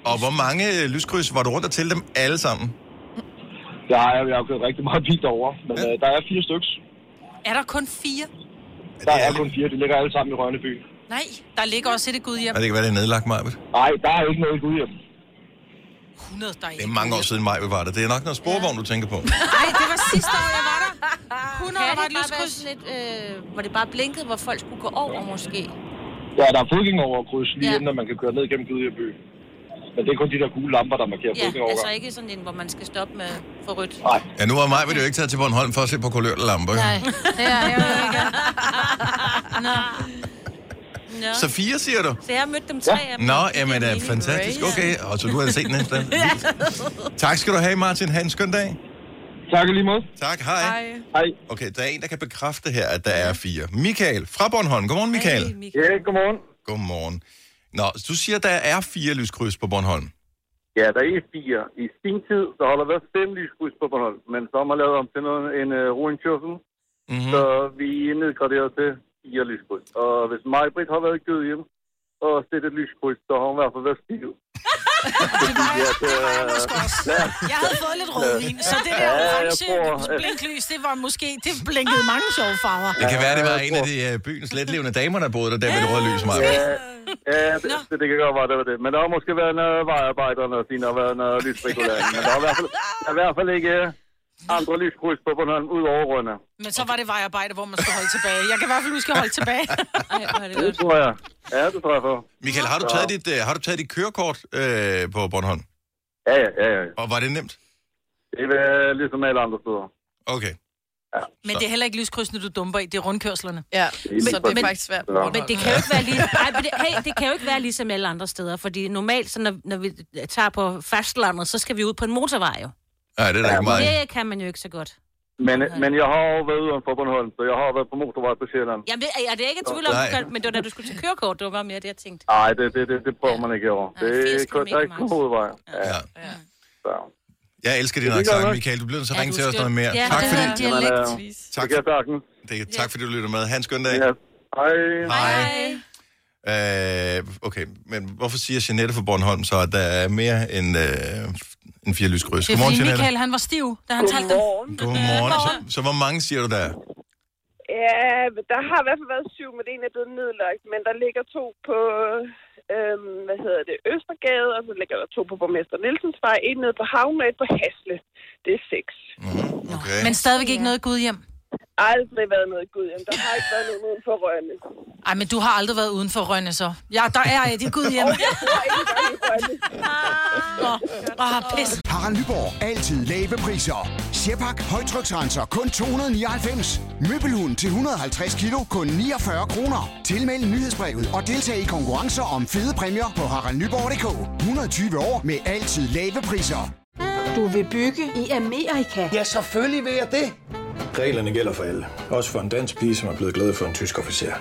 [SPEAKER 1] Og hvor mange øh, lyskryds var du rundt og til dem alle sammen?
[SPEAKER 7] der har jeg, jeg har kørt rigtig meget bil derovre, men
[SPEAKER 1] Ja.
[SPEAKER 7] øh, der er fire stykker.
[SPEAKER 2] Er der kun fire?
[SPEAKER 7] Der
[SPEAKER 1] det
[SPEAKER 7] er
[SPEAKER 1] lidt-
[SPEAKER 7] kun fire, de ligger alle sammen i Rønneby.
[SPEAKER 2] Nej, der ligger også et i Gudhjem.
[SPEAKER 1] Og det kan være, det er nedlagt, Majbet.
[SPEAKER 7] Nej, der er ikke noget i Gudhjem.
[SPEAKER 2] 100, der er
[SPEAKER 1] Det er mange år siden, Majbet var der. Det er nok noget sporvogn, du tænker på.
[SPEAKER 2] Nej, det var sidste år, jeg var der. 100
[SPEAKER 5] Kan det
[SPEAKER 2] var et
[SPEAKER 5] ikke bare være
[SPEAKER 2] lyskryds.
[SPEAKER 5] sådan lidt, øh, hvor det bare blinkede, hvor folk skulle gå over måske?
[SPEAKER 7] Ja, der er fodgængeroverkryds lige
[SPEAKER 5] Ja.
[SPEAKER 7] ja. inden, at man kan køre ned gennem Gudhjem by. Men det er kun de der gule lamper, der markerer
[SPEAKER 5] Ja, altså
[SPEAKER 7] fodgængerovergang.
[SPEAKER 5] ikke sådan en, hvor man skal stoppe med for rødt.
[SPEAKER 7] Nej,
[SPEAKER 1] Ja, nu var Majbet jo ikke taget til Bornholm for at se på kulørte lamper.
[SPEAKER 2] Nej,
[SPEAKER 1] Nej.
[SPEAKER 2] det er jeg jo
[SPEAKER 5] [LAUGHS]
[SPEAKER 2] ikke. Nå.
[SPEAKER 5] Ja.
[SPEAKER 1] Så fire, siger du?
[SPEAKER 5] Så jeg har mødt dem tre af dem.
[SPEAKER 1] Nå,
[SPEAKER 5] Det er
[SPEAKER 1] jamen, det er
[SPEAKER 5] meningen.
[SPEAKER 1] fantastisk. Okay, og så du har set den et sted. Vildt. Tak skal du have, Martin. Ha' en skøn dag.
[SPEAKER 7] tak i lige måde.
[SPEAKER 1] Tak, hej. hej.
[SPEAKER 7] Hej.
[SPEAKER 1] Okay, der er en, der kan bekræfte her, at der er fire. Michael fra Bornholm. Godmorgen, Michael.
[SPEAKER 5] Hey, Michael.
[SPEAKER 7] Ja, godmorgen.
[SPEAKER 1] Godmorgen. Nå, så du siger, der er fire lyskryds på Bornholm.
[SPEAKER 8] Ja, der er fire. I sin tid, der har der været fem lyskryds på Bornholm, men så har man lavet om til noget, en uh, roenkørsel,
[SPEAKER 1] Mm-hmm.
[SPEAKER 8] så vi er nedgraderet til fire lyskryds. Og hvis Majbrit har været i Gødhjem og set et lyskryds, så har hun i hvert fald været
[SPEAKER 2] [LAUGHS]
[SPEAKER 8] stiv. øh,
[SPEAKER 2] Det var jeg, det var jeg måske også.
[SPEAKER 8] Ja.
[SPEAKER 2] Jeg havde fået lidt rødvin, så det der
[SPEAKER 8] Ja, jeg
[SPEAKER 2] orange
[SPEAKER 8] tror, at-
[SPEAKER 2] blinklys, det var måske, det blinkede mange sjove farver.
[SPEAKER 1] Det kan være, det var
[SPEAKER 8] jeg
[SPEAKER 1] en af de øh, byens letlevende damer, der boede der, der ved det røde lys meget.
[SPEAKER 8] Ja, det, det, det, kan godt være, det var det. Men der har måske været øh, noget vejarbejdere, noget fint, der har været noget lysregulering. Men der er i hvert fald, der er i hvert fald ikke øh, andre lyskryds på Bornholm ud over Rønne.
[SPEAKER 2] Men så var det vejarbejde, hvor man skulle holde tilbage. Jeg kan i hvert fald huske at holde
[SPEAKER 1] [LAUGHS]
[SPEAKER 2] tilbage.
[SPEAKER 3] Ej, hvor er det
[SPEAKER 8] Det
[SPEAKER 3] godt.
[SPEAKER 8] tror jeg. Ja, det tror jeg for.
[SPEAKER 1] Michael, har du taget dit, øh, har du taget dit kørekort øh, på Bornholm?
[SPEAKER 8] Ja, ja, ja. ja.
[SPEAKER 1] Og var det nemt?
[SPEAKER 8] Det er ligesom alle andre steder.
[SPEAKER 1] Okay.
[SPEAKER 2] Men det er heller ikke lyskrydsene, du dumper i, det er rundkørslerne.
[SPEAKER 3] Ja, så det
[SPEAKER 8] Men-
[SPEAKER 3] er faktisk svært.
[SPEAKER 8] Ja.
[SPEAKER 5] Men det kan jo ikke være lige, nej, men det, hey, det kan jo ikke være ligesom alle andre steder, fordi normalt, så når, når vi tager på fastlandet, så skal vi ud på en motorvej jo.
[SPEAKER 1] Nej, det er da ikke meget.
[SPEAKER 5] Det kan man jo ikke så godt.
[SPEAKER 8] Men, men jeg har jo været uden for Bornholm, så jeg har været på motorvej på Sjælland.
[SPEAKER 5] Jamen, det, er det er ikke i tvivl om,
[SPEAKER 1] Nej.
[SPEAKER 5] du kan- men det var da du skulle til kørekort, det var bare mere det, jeg tænkte.
[SPEAKER 8] Nej, det, det, det, det prøver man ikke over.
[SPEAKER 5] Nej,
[SPEAKER 8] Det
[SPEAKER 5] 80
[SPEAKER 8] er kun, der er
[SPEAKER 5] kilometer
[SPEAKER 8] ikke
[SPEAKER 5] max.
[SPEAKER 8] på hovedvej. Ja,
[SPEAKER 1] Ja.
[SPEAKER 3] Ja.
[SPEAKER 8] så.
[SPEAKER 1] Jeg elsker din
[SPEAKER 8] Det er godt
[SPEAKER 1] accent,
[SPEAKER 8] nok.
[SPEAKER 1] Michael. Du bliver nødt til
[SPEAKER 5] Ja,
[SPEAKER 1] at ringe
[SPEAKER 5] du
[SPEAKER 1] til
[SPEAKER 5] er
[SPEAKER 1] os noget
[SPEAKER 5] skøn.
[SPEAKER 1] mere.
[SPEAKER 5] Ja,
[SPEAKER 1] Tak,
[SPEAKER 5] det
[SPEAKER 1] fordi,
[SPEAKER 2] hedder en
[SPEAKER 8] Men,
[SPEAKER 2] dialekt.
[SPEAKER 8] øh, det
[SPEAKER 1] tak,
[SPEAKER 8] kan jeg sagtens.
[SPEAKER 1] det, tak fordi du lytter med. Han, skøn dag.
[SPEAKER 8] Ja. Hej.
[SPEAKER 1] Hej. Øh, okay, men hvorfor siger Jeanette fra Bornholm så, at der er mere end, øh, end fire lyskryds?
[SPEAKER 2] Det er
[SPEAKER 1] Godmorgen,
[SPEAKER 2] fordi
[SPEAKER 1] Jeanette.
[SPEAKER 2] Michael, han var stiv, da han talte dem.
[SPEAKER 9] Godmorgen.
[SPEAKER 1] Godmorgen. Så, så hvor mange siger du der? er?
[SPEAKER 9] Ja, der har i hvert fald været syv, men en er blevet nedlagt. Men der ligger to på, øhm, hvad hedder det, Østergade, og så ligger der to på Borgmester Nielsens vej, en nede på Havn og et på Hasle. Det er seks.
[SPEAKER 1] Mhm, Okay.
[SPEAKER 2] Men stadigvæk ikke noget gud hjem.
[SPEAKER 9] Aldrig været noget gud, jamen, der har ikke været nogen uden for Rønne.
[SPEAKER 2] Ej, men du har aldrig været uden for Rønne, så. Ja, der er jeg, det er gud hjem.
[SPEAKER 9] [LAUGHS] Der er ikke engang i Rønne.
[SPEAKER 2] Åh, Ah. pis.
[SPEAKER 10] Harald Nyborg. Altid lave priser. Sjehpak. Højtryksrenser. Kun 299. Møbelhund til 150 kilo. Kun 49 kroner. Tilmeld nyhedsbrevet og deltag i konkurrencer om fede præmier på haraldnyborg.dk. 120 år med altid lave priser.
[SPEAKER 11] Du vil bygge i Amerika?
[SPEAKER 12] Ja, selvfølgelig vil jeg det. Reglerne gælder for alle. Også for en dansk pige, som er blevet glad for en tysk officer.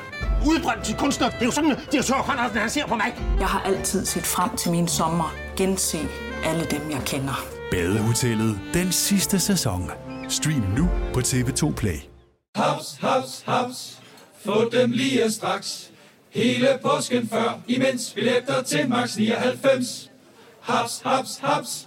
[SPEAKER 10] Udbrøndt til kunstner. Det er jo sådan, at de har han ser på mig.
[SPEAKER 11] Jeg har altid set frem til min sommer. Gense alle dem, jeg kender.
[SPEAKER 6] Badehotellet den sidste sæson. Stream nu på TV2 Play.
[SPEAKER 12] Haps, haps, haps. Få dem lige straks. Hele påsken før, imens billetter til max 99. Haps, haps, haps.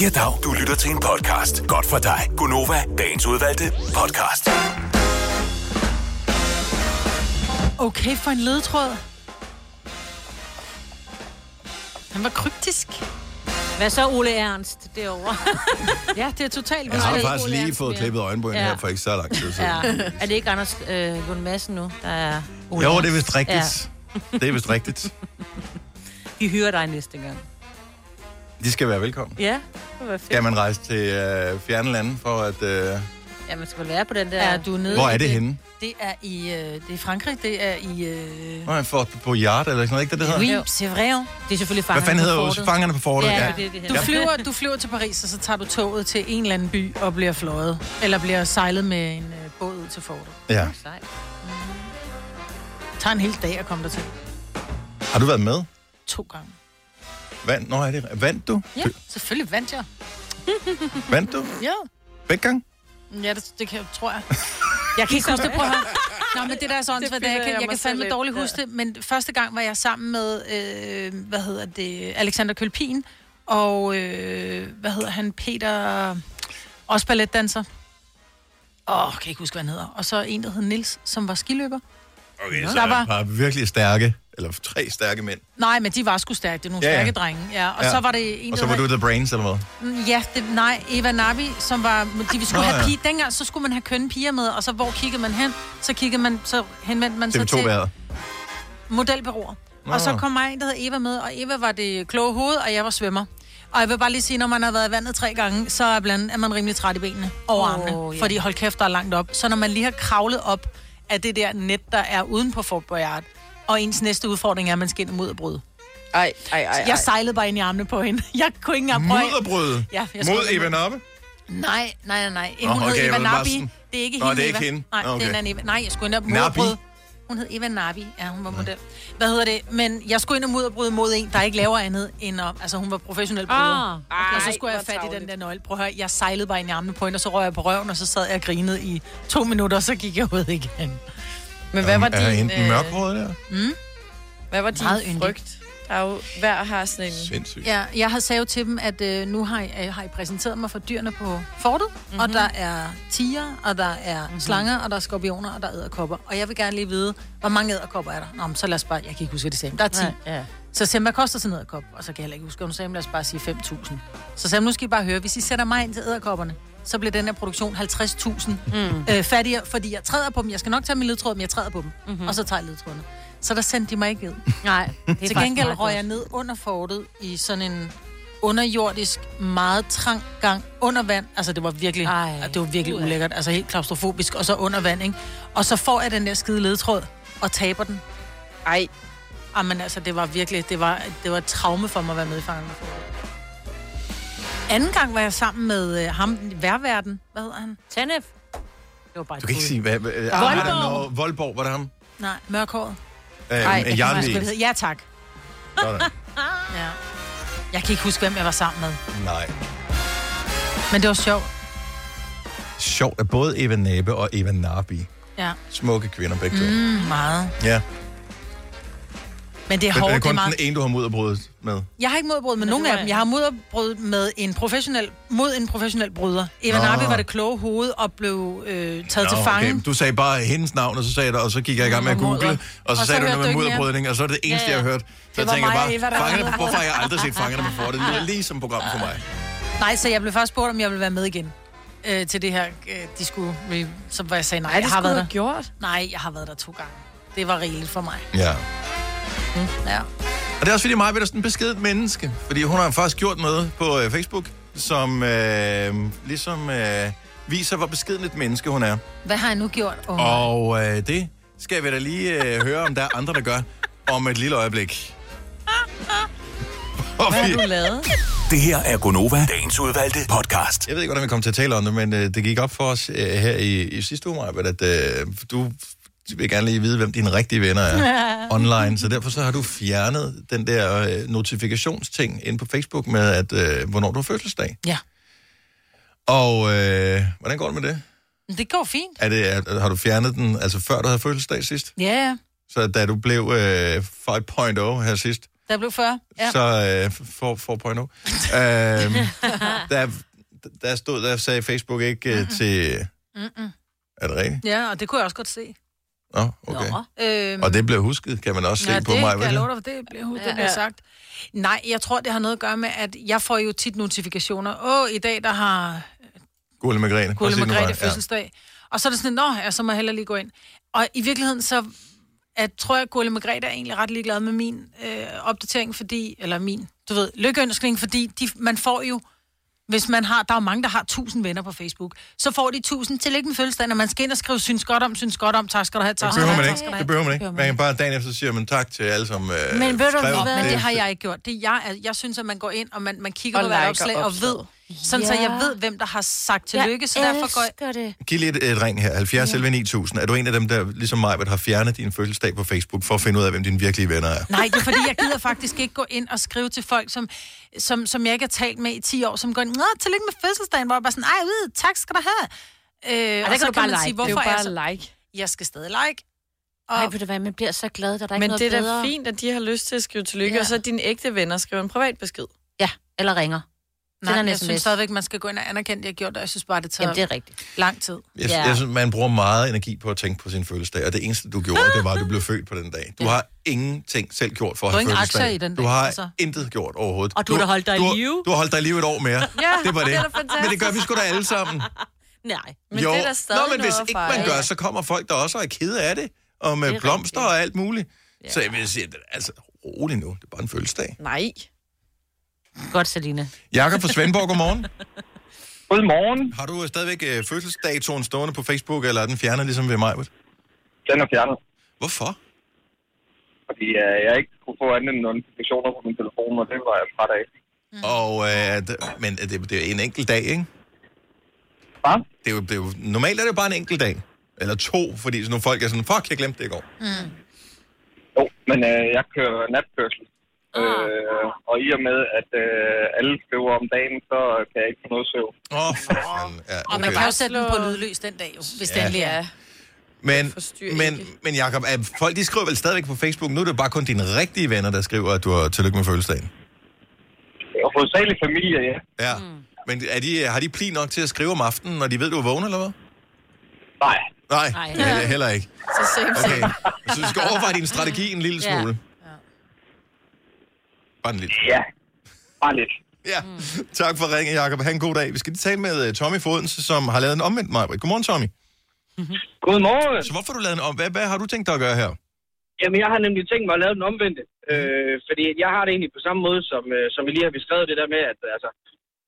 [SPEAKER 6] Ja, dag. Du lytter til en podcast. Godt for dig. Gunova, dagens udvalgte podcast.
[SPEAKER 2] Okay for en ledetråd. Han var kryptisk.
[SPEAKER 5] Hvad så, Ole Ernst, [LAUGHS] derovre?
[SPEAKER 2] Ja, det er totalt
[SPEAKER 1] Jeg har
[SPEAKER 2] vildt.
[SPEAKER 1] faktisk lige fået klippet øjenbrynene
[SPEAKER 5] Ja.
[SPEAKER 1] her for ikke så lang tid siden.
[SPEAKER 5] ja. Er det ikke Anders øh, Lund Madsen nu, der er Ole
[SPEAKER 1] Jo,
[SPEAKER 5] Ernst?
[SPEAKER 1] det er vist rigtigt. Det er vist rigtigt.
[SPEAKER 5] Ja. Vi hyrer dig næste gang.
[SPEAKER 1] De skal være velkommen.
[SPEAKER 5] Ja, det var fedt.
[SPEAKER 1] Skal man rejse til øh, fjerne lande for at... Øh,
[SPEAKER 5] Ja, man skal vel være på den der...
[SPEAKER 2] Ja, du er nede
[SPEAKER 1] hvor
[SPEAKER 2] i
[SPEAKER 1] er det henne?
[SPEAKER 2] Det er i øh, det er i Frankrig, det er i... Øh...
[SPEAKER 1] Nå, jeg får det på Yard eller sådan noget, ikke det, det
[SPEAKER 2] Oui,
[SPEAKER 1] hedder?
[SPEAKER 2] c'est vrai.
[SPEAKER 5] Det er selvfølgelig
[SPEAKER 1] Hvad
[SPEAKER 5] fangerne
[SPEAKER 1] fanden
[SPEAKER 5] på
[SPEAKER 1] hedder
[SPEAKER 5] fortet.
[SPEAKER 1] det? Fangerne på fortet,
[SPEAKER 5] Ja,
[SPEAKER 1] ja.
[SPEAKER 5] det er det, det
[SPEAKER 2] Du
[SPEAKER 5] hedder.
[SPEAKER 2] flyver, du flyver til Paris, og så tager du toget til en eller anden by og bliver fløjet. Eller bliver sejlet med en øh, båd ud til fortet.
[SPEAKER 1] ja.
[SPEAKER 5] Sejt.
[SPEAKER 2] Det tager en hel dag at komme dertil.
[SPEAKER 1] Har du været med?
[SPEAKER 2] To gange.
[SPEAKER 1] Vand? Nå, er det... Vandt du?
[SPEAKER 2] Ja, selvfølgelig vandt jeg.
[SPEAKER 1] Vandt du?
[SPEAKER 2] Ja,
[SPEAKER 1] Begge gange?
[SPEAKER 2] ja det, det kan, tror jeg.
[SPEAKER 5] Jeg kan ikke huske
[SPEAKER 2] Det prøver [LAUGHS] jeg. Nå, men det der er sådan,
[SPEAKER 3] Det
[SPEAKER 2] hvad det er, jeg
[SPEAKER 3] bilder
[SPEAKER 2] kan,
[SPEAKER 3] jeg
[SPEAKER 2] jeg kan
[SPEAKER 3] mig selv
[SPEAKER 2] fandme
[SPEAKER 3] ind,
[SPEAKER 2] dårligt
[SPEAKER 3] ja.
[SPEAKER 2] huske det, men første gang var jeg sammen med, øh, hvad hedder det, Alexander Kølpin, og øh, hvad hedder han, Peter, også balletdanser. Åh, oh, kan ikke huske, hvad han hedder. Og så en, der hed Nils, som var skiløber.
[SPEAKER 1] Okay, så
[SPEAKER 2] Der
[SPEAKER 1] er der
[SPEAKER 2] var-
[SPEAKER 1] et par virkelig stærke, eller tre stærke mænd.
[SPEAKER 2] Nej, men de var sgu stærke. Det er nogle
[SPEAKER 1] Ja, ja.
[SPEAKER 2] stærke drenge. Ja. Og
[SPEAKER 1] Ja.
[SPEAKER 2] ja. så var det en,
[SPEAKER 1] Og så
[SPEAKER 2] der
[SPEAKER 1] var
[SPEAKER 2] hed-
[SPEAKER 1] du The Brains, eller hvad?
[SPEAKER 2] Mm, Ja, det, nej, Eva Navi, som var... De vi skulle
[SPEAKER 1] Nå,
[SPEAKER 2] have
[SPEAKER 1] ja.
[SPEAKER 2] pige, dengang, så skulle man have kønne piger med, og så hvor kiggede man hen? Så kiggede man, så henvendte man sig
[SPEAKER 1] TV2
[SPEAKER 2] til
[SPEAKER 1] været.
[SPEAKER 2] modelbureauer.
[SPEAKER 1] Nå.
[SPEAKER 2] Og så kom mig en, der hed Eva med, og Eva var det kloge hoved, og jeg var svømmer. Og jeg vil bare lige sige, når man har været i vandet tre gange, så er, blandt, er man rimelig træt i benene og
[SPEAKER 4] Åh,
[SPEAKER 2] armene.
[SPEAKER 4] ja.
[SPEAKER 2] Fordi hold kæft, der er langt op. Så når man lige har kravlet op af det der net, der er uden på Fort Boyard, og ens næste udfordring er, at man skal ind og mudderbryd.
[SPEAKER 3] Ej, ej, ej, ej.
[SPEAKER 2] Jeg sejlede bare ind i armene på hende. [LAUGHS] Jeg kunne ikke engang prøve.
[SPEAKER 1] Mudderbrød
[SPEAKER 2] Ja, jeg
[SPEAKER 1] mod
[SPEAKER 2] skulle-
[SPEAKER 1] Eva Nappe.
[SPEAKER 2] Nej, nej, nej, nej.
[SPEAKER 1] Nå,
[SPEAKER 2] Hun
[SPEAKER 1] okay,
[SPEAKER 2] okay,
[SPEAKER 1] jeg
[SPEAKER 2] hed Eva
[SPEAKER 1] ved bare
[SPEAKER 2] Nabi.
[SPEAKER 1] sådan-
[SPEAKER 2] Det er ikke
[SPEAKER 1] Nå,
[SPEAKER 2] hende,
[SPEAKER 1] det er ikke
[SPEAKER 2] Eva.
[SPEAKER 1] hende.
[SPEAKER 2] Nej,
[SPEAKER 1] Nå,
[SPEAKER 2] okay.
[SPEAKER 1] okay.
[SPEAKER 2] det er en anden Eva. Nej, jeg skulle ind og
[SPEAKER 1] Nabi?
[SPEAKER 2] mudderbrød. Hun hed Eva Nabi. Ja, hun var model. Hvad hedder det? Men jeg skulle ind og mudderbryde mod en, der ikke laver andet end at... Altså, hun var professionel bryder.
[SPEAKER 5] Ah.
[SPEAKER 2] Ah, og så
[SPEAKER 5] Ej,
[SPEAKER 2] skulle jeg
[SPEAKER 5] hvor
[SPEAKER 2] have fat i den
[SPEAKER 5] tarveligt.
[SPEAKER 2] der nøgle. Prøv at høre, jeg sejlede bare ind i armene på hende, og så røg jeg på røven, og så sad jeg og grinede i to minutter, og så gik jeg ud igen.
[SPEAKER 3] Men hvad var
[SPEAKER 1] Er
[SPEAKER 3] din,
[SPEAKER 1] hende den
[SPEAKER 3] øh,
[SPEAKER 1] mørkhåret der?
[SPEAKER 3] hvad var din
[SPEAKER 2] Meget yndig.
[SPEAKER 3] frygt? Der er jo, hver har sådan en...
[SPEAKER 1] Sindssygt.
[SPEAKER 2] Ja, jeg har sagt til dem, at øh, nu har I, øh, har I præsenteret mig for dyrene på fortet, mm-hmm.
[SPEAKER 5] Mhm.
[SPEAKER 2] og der er tiger, og der er mm-hmm. slanger, og der er skorpioner, og der er æderkopper. Og jeg vil gerne lige vide, hvor mange æderkopper er der? Nå, men så lad os bare, jeg kan ikke huske, hvad de sagde, men der er 10.
[SPEAKER 5] Nej, ja.
[SPEAKER 2] Så sagde jeg, hvad koster sådan en æderkop? Og så kan jeg heller ikke huske, hun sagde, men lad os bare sige 5.000. Så sagde jeg, nu skal I bare høre, hvis I sætter mig ind til æderkopperne, så bliver den her produktion 50.000 mm. øh, fattigere, fordi jeg træder på dem. Jeg skal nok tage min ledtråd, men jeg træder på dem. Mm-hmm. Og så tager jeg ledtrådene. Så der sendte de mig ikke ned.
[SPEAKER 5] Mhm. Nej, det er
[SPEAKER 2] Til
[SPEAKER 5] faktisk
[SPEAKER 2] gengæld
[SPEAKER 5] meget
[SPEAKER 2] røg
[SPEAKER 5] godt.
[SPEAKER 2] jeg ned under fortet i sådan en underjordisk, meget trang gang under vand. Altså, det var virkelig,
[SPEAKER 5] Ej.
[SPEAKER 2] Ej. det var virkelig ulækkert. Altså, helt klaustrofobisk. Og så under vand, ikke? Og så får jeg den der skide ledtråd og taber den.
[SPEAKER 3] Ej,
[SPEAKER 2] Jamen, altså, det var virkelig, det var, det var et traume for mig at være med i Fangerne på Fortet. Anden gang var jeg sammen med øh, ham, værverden. Hvad hedder han?
[SPEAKER 5] Tanef.
[SPEAKER 2] Det var bare et
[SPEAKER 1] Du kan ikke
[SPEAKER 2] bud.
[SPEAKER 1] sige, hvad... hvad
[SPEAKER 2] Voldborg.
[SPEAKER 1] Voldborg. Noget, Voldborg, var det ham?
[SPEAKER 2] Nej, mørkhåret.
[SPEAKER 1] Øhm,
[SPEAKER 2] jeg kan faktisk
[SPEAKER 1] Jarli.
[SPEAKER 2] godt hedde. Ja, tak.
[SPEAKER 1] Sådan.
[SPEAKER 2] Ja. Jeg kan ikke huske, hvem jeg var sammen med.
[SPEAKER 1] Nej.
[SPEAKER 2] Men det var sjovt.
[SPEAKER 1] Sjovt, at både Eva Nabe og Eva Narbi,
[SPEAKER 2] Ja,
[SPEAKER 1] smukke kvinder begge to.
[SPEAKER 2] mm, meget.
[SPEAKER 1] Ja,
[SPEAKER 2] Men det er
[SPEAKER 1] men er
[SPEAKER 2] hårdt,
[SPEAKER 1] det
[SPEAKER 2] det er
[SPEAKER 1] kun
[SPEAKER 2] meget.
[SPEAKER 1] den ene, du har modbrudet med?
[SPEAKER 2] Jeg har ikke modbrud med nogen
[SPEAKER 5] det
[SPEAKER 2] af
[SPEAKER 5] var
[SPEAKER 2] dem.
[SPEAKER 5] jeg.
[SPEAKER 2] Jeg har modbrud med en professionel, mod en professionel bryder. Eva
[SPEAKER 1] Nå.
[SPEAKER 2] Nabi var det kloge hoved og blev øh, taget til fange.
[SPEAKER 1] Du sagde bare hendes navn, og så sagde jeg det, og så gik jeg i gang med at
[SPEAKER 2] Og mudder.
[SPEAKER 1] google, og så
[SPEAKER 2] Og
[SPEAKER 1] sagde
[SPEAKER 2] så
[SPEAKER 1] du noget
[SPEAKER 2] hørte
[SPEAKER 1] med
[SPEAKER 2] du ikke mere.
[SPEAKER 1] mudderbrydning, og så er det det eneste,
[SPEAKER 5] Ja, ja.
[SPEAKER 1] jeg har hørt. Så jeg
[SPEAKER 2] var
[SPEAKER 1] tænker
[SPEAKER 2] mig og
[SPEAKER 1] bare,
[SPEAKER 2] Eva, der
[SPEAKER 1] fangerne,
[SPEAKER 2] var med.
[SPEAKER 1] hvorfor har jeg aldrig
[SPEAKER 2] [LAUGHS]
[SPEAKER 1] set fangerne på fortet? Det lyder lige som program for mig.
[SPEAKER 2] Nej, så jeg blev først spurgt, om jeg ville være med igen øh, til det her, øh, de skulle... re- Så var jeg sagde, nej,
[SPEAKER 3] er
[SPEAKER 2] jeg
[SPEAKER 3] det
[SPEAKER 2] har
[SPEAKER 3] skulle
[SPEAKER 2] været
[SPEAKER 3] have
[SPEAKER 2] der.
[SPEAKER 3] gjort?
[SPEAKER 2] Nej, jeg har været der to gange. Det var rigeligt for mig.
[SPEAKER 1] Ja.
[SPEAKER 2] Ja.
[SPEAKER 1] Og det er også fordi, Maja er sådan en beskedet menneske, fordi hun har faktisk gjort noget på øh, Facebook, som øh, ligesom øh, viser, hvor beskeden et menneske hun er.
[SPEAKER 2] Hvad har jeg nu gjort? Oh.
[SPEAKER 1] Og øh, det skal vi da lige øh, høre, om der er andre, der gør, om et lille øjeblik. Og
[SPEAKER 3] hvad
[SPEAKER 1] vi,
[SPEAKER 3] har du lavet?
[SPEAKER 6] Det her er Gonova, dagens udvalgte podcast.
[SPEAKER 1] jeg ved ikke, hvordan vi kom til at tale om det, men øh, det gik op for os øh, her i, i sidste uge, Maja, at øh, du vil gerne lige vide, hvem dine rigtige venner er online, så derfor så har du fjernet den der øh, notifikationsting inde på Facebook med, at øh, hvornår du har fødselsdag.
[SPEAKER 2] Ja.
[SPEAKER 1] Og øh, hvordan går det med det?
[SPEAKER 2] Men Det går fint.
[SPEAKER 1] Er det er, har du fjernet den, altså før du havde fødselsdag sidst?
[SPEAKER 2] Ja, yeah.
[SPEAKER 1] Så da du blev øh, 5.0 her sidst,
[SPEAKER 2] der blev 40.
[SPEAKER 1] ja.
[SPEAKER 2] Ja.
[SPEAKER 1] så øh, for, for point
[SPEAKER 2] [LAUGHS]
[SPEAKER 1] øhm, der, der stod, der sagde Facebook ikke
[SPEAKER 2] Mhm.
[SPEAKER 1] øh, til...
[SPEAKER 2] Mm-mm.
[SPEAKER 1] Er det rigtigt?
[SPEAKER 2] Ja, og det kunne jeg også godt se.
[SPEAKER 1] Nå, okay. Nå.
[SPEAKER 2] Øhm,
[SPEAKER 1] Og det blev husket, kan man også se
[SPEAKER 2] Ja,
[SPEAKER 1] på
[SPEAKER 2] det
[SPEAKER 1] mig.
[SPEAKER 2] kan jeg love dig, for det bliver ja. det bliver sagt. Nej, jeg tror, det har noget at gøre med, at jeg får jo tit notifikationer. Åh, i dag der har
[SPEAKER 1] Gule Margrethe.
[SPEAKER 2] Gurle
[SPEAKER 1] Præcis, nu var
[SPEAKER 2] Margrethe
[SPEAKER 1] jeg-
[SPEAKER 2] fødselsdag. Og så er det sådan, nå, ja, så må jeg hellere lige gå ind. Og i virkeligheden, så at, tror jeg, at Gurle Margrethe er egentlig ret ligeglad med min øh, opdatering, fordi, eller min, du ved, lykkeønskning, fordi de, man får jo, hvis man har, der er jo mange, der har tusind venner på Facebook, så får de tusind til med fødselsdagen, og man skal ind og skrive, synes godt om, synes godt om, tak skal du have,
[SPEAKER 1] Ja.
[SPEAKER 2] tak
[SPEAKER 1] Det
[SPEAKER 2] skal du
[SPEAKER 1] behøver man
[SPEAKER 2] have, tak skal du
[SPEAKER 1] ikke.
[SPEAKER 2] have.
[SPEAKER 1] Det behøver man ikke. Man kan bare dagen efter sige, man tak til alle, som øh,
[SPEAKER 5] Men ved du
[SPEAKER 1] skrev.
[SPEAKER 5] hvad?
[SPEAKER 2] Men
[SPEAKER 1] Det-
[SPEAKER 2] det har jeg ikke gjort. Det er jeg, altså, jeg synes, at man går ind, og man, man kigger
[SPEAKER 3] Og
[SPEAKER 2] og på hvert
[SPEAKER 3] liker
[SPEAKER 2] opslag og ved, sådan så
[SPEAKER 5] Ja.
[SPEAKER 2] jeg ved, hvem der har sagt tillykke, så derfor går jeg...
[SPEAKER 5] elsker det.
[SPEAKER 1] Giv lige et, et ring her. 70 11 9000. Er du en af dem, der ligesom mig, har fjernet din fødselsdag på Facebook, for at finde ud af, hvem dine virkelige venner er?
[SPEAKER 2] Nej, det er fordi, jeg gider faktisk ikke gå ind og skrive til folk, som, som, som jeg ikke har talt med i 10 år, som går ind, Nå, tillykke med fødselsdagen, hvor jeg bare sådan, ej, ud, tak skal du have. Øh, og,
[SPEAKER 5] der
[SPEAKER 2] så
[SPEAKER 5] kan du
[SPEAKER 2] kan,
[SPEAKER 5] bare
[SPEAKER 2] man
[SPEAKER 5] like.
[SPEAKER 2] sige,
[SPEAKER 5] Det er
[SPEAKER 3] Det er
[SPEAKER 2] hvorfor
[SPEAKER 3] jo
[SPEAKER 2] jeg,
[SPEAKER 3] bare
[SPEAKER 2] så...
[SPEAKER 3] like.
[SPEAKER 2] jeg skal stadig like. Og...
[SPEAKER 5] Ej, ved du hvad, man bliver så glad, at der er
[SPEAKER 3] Men
[SPEAKER 5] ikke
[SPEAKER 3] det er
[SPEAKER 5] noget
[SPEAKER 3] da
[SPEAKER 5] bedre.
[SPEAKER 3] fint, at de har lyst til at skrive tillykke,
[SPEAKER 2] Ja.
[SPEAKER 3] og så dine ægte venner skriver en privat besked.
[SPEAKER 5] Ja, eller ringer.
[SPEAKER 2] Nej,
[SPEAKER 5] sender en
[SPEAKER 2] jeg
[SPEAKER 5] SMS.
[SPEAKER 2] synes stadigvæk, man skal gå ind og anerkende, det jeg har gjort, og jeg synes bare, det tager
[SPEAKER 5] Jamen, det
[SPEAKER 2] det...
[SPEAKER 5] er rigtigt.
[SPEAKER 2] lang tid.
[SPEAKER 1] Jeg,
[SPEAKER 5] Ja.
[SPEAKER 1] jeg synes, man bruger meget energi på at tænke på sin fødselsdag, og det eneste, du gjorde, det var, at du blev født på den dag. Du har ingenting selv gjort for at
[SPEAKER 2] Du har
[SPEAKER 1] have
[SPEAKER 2] ingen
[SPEAKER 1] fødselsdag.
[SPEAKER 2] aktier i den
[SPEAKER 1] du
[SPEAKER 2] dag,
[SPEAKER 1] har
[SPEAKER 2] altså.
[SPEAKER 1] intet gjort overhovedet.
[SPEAKER 5] Og du har da holdt dig i
[SPEAKER 1] du har-
[SPEAKER 5] live.
[SPEAKER 1] Du har holdt dig i live et år mere.
[SPEAKER 3] Ja,
[SPEAKER 1] det var
[SPEAKER 3] det
[SPEAKER 1] det.
[SPEAKER 3] er da fantastisk.
[SPEAKER 1] men det gør vi sgu da alle sammen.
[SPEAKER 5] Nej.
[SPEAKER 3] Men det er da stadig
[SPEAKER 1] Nå, men hvis
[SPEAKER 3] noget at
[SPEAKER 1] ikke
[SPEAKER 3] fejre.
[SPEAKER 1] man gør, så kommer folk der også og er kede af det, og med
[SPEAKER 5] Det er
[SPEAKER 1] blomster
[SPEAKER 5] rigtigt.
[SPEAKER 1] og alt muligt. Så jeg vil sige, altså rolig nu, det er bare en fødselsdag.
[SPEAKER 3] Nej.
[SPEAKER 5] Godt, Selina.
[SPEAKER 1] Jakob fra Svendborg, godmorgen.
[SPEAKER 7] Godmorgen.
[SPEAKER 1] Har du øh, stadigvæk øh, fødselsdatoen stående på Facebook, eller er den fjernet ligesom ved mig?
[SPEAKER 7] Den er fjernet,
[SPEAKER 1] Hvorfor?
[SPEAKER 7] fordi øh, jeg ikke kunne få andet end notifikationer på min telefon, og det var jeg træt af.
[SPEAKER 1] Mm. Og, øh, d- men er det, det er en enkelt dag, ikke?
[SPEAKER 7] Hvad?
[SPEAKER 1] Det er jo, det er jo, normalt er det jo bare en enkelt dag. Eller to, fordi sådan nogle folk er sådan, fuck, jeg glemte det i går.
[SPEAKER 7] Mm. Jo, men øh, jeg kører natkørsel. Øh, og i og med, at øh, alle skriver om dagen, så kan jeg ikke få noget søvn.
[SPEAKER 1] Åh, oh, for fanden. Ja,
[SPEAKER 2] Og man kan jo sætte den på lydløs den dag, jo, hvis
[SPEAKER 1] Ja.
[SPEAKER 2] det endelig er.
[SPEAKER 1] Men, men, men Jacob, er, folk de skriver vel stadigvæk på Facebook, nu er det bare kun dine rigtige venner, der skriver, at du har tillykke med fødselsdagen.
[SPEAKER 7] Og hovedsageligt familie, ja.
[SPEAKER 1] Ja. Mm. Men er de, har de pli nok til at skrive om aftenen, når de ved, du er vågen, eller hvad?
[SPEAKER 7] Nej.
[SPEAKER 1] Nej,
[SPEAKER 7] Nej.
[SPEAKER 1] heller, heller ikke.
[SPEAKER 3] Så same,
[SPEAKER 1] Okay. Så du skal overveje din strategi en lille
[SPEAKER 3] Ja.
[SPEAKER 1] smule. Bare en lille
[SPEAKER 7] Ja, bare lidt.
[SPEAKER 1] Ja, tak for ringen, Jacob. Ha' en god dag. Vi skal lige tale med øh, Tommy Fodense, som har lavet en omvendt mig. Godmorgen, Tommy.
[SPEAKER 7] Godmorgen.
[SPEAKER 1] Så hvorfor har du lavet en om... Hvad, hvad har du tænkt dig at gøre her?
[SPEAKER 7] Jamen, jeg har nemlig tænkt mig at lave den omvendte. Øh, fordi jeg har det egentlig på samme måde, som, øh, som vi lige har beskrevet det der med, at altså,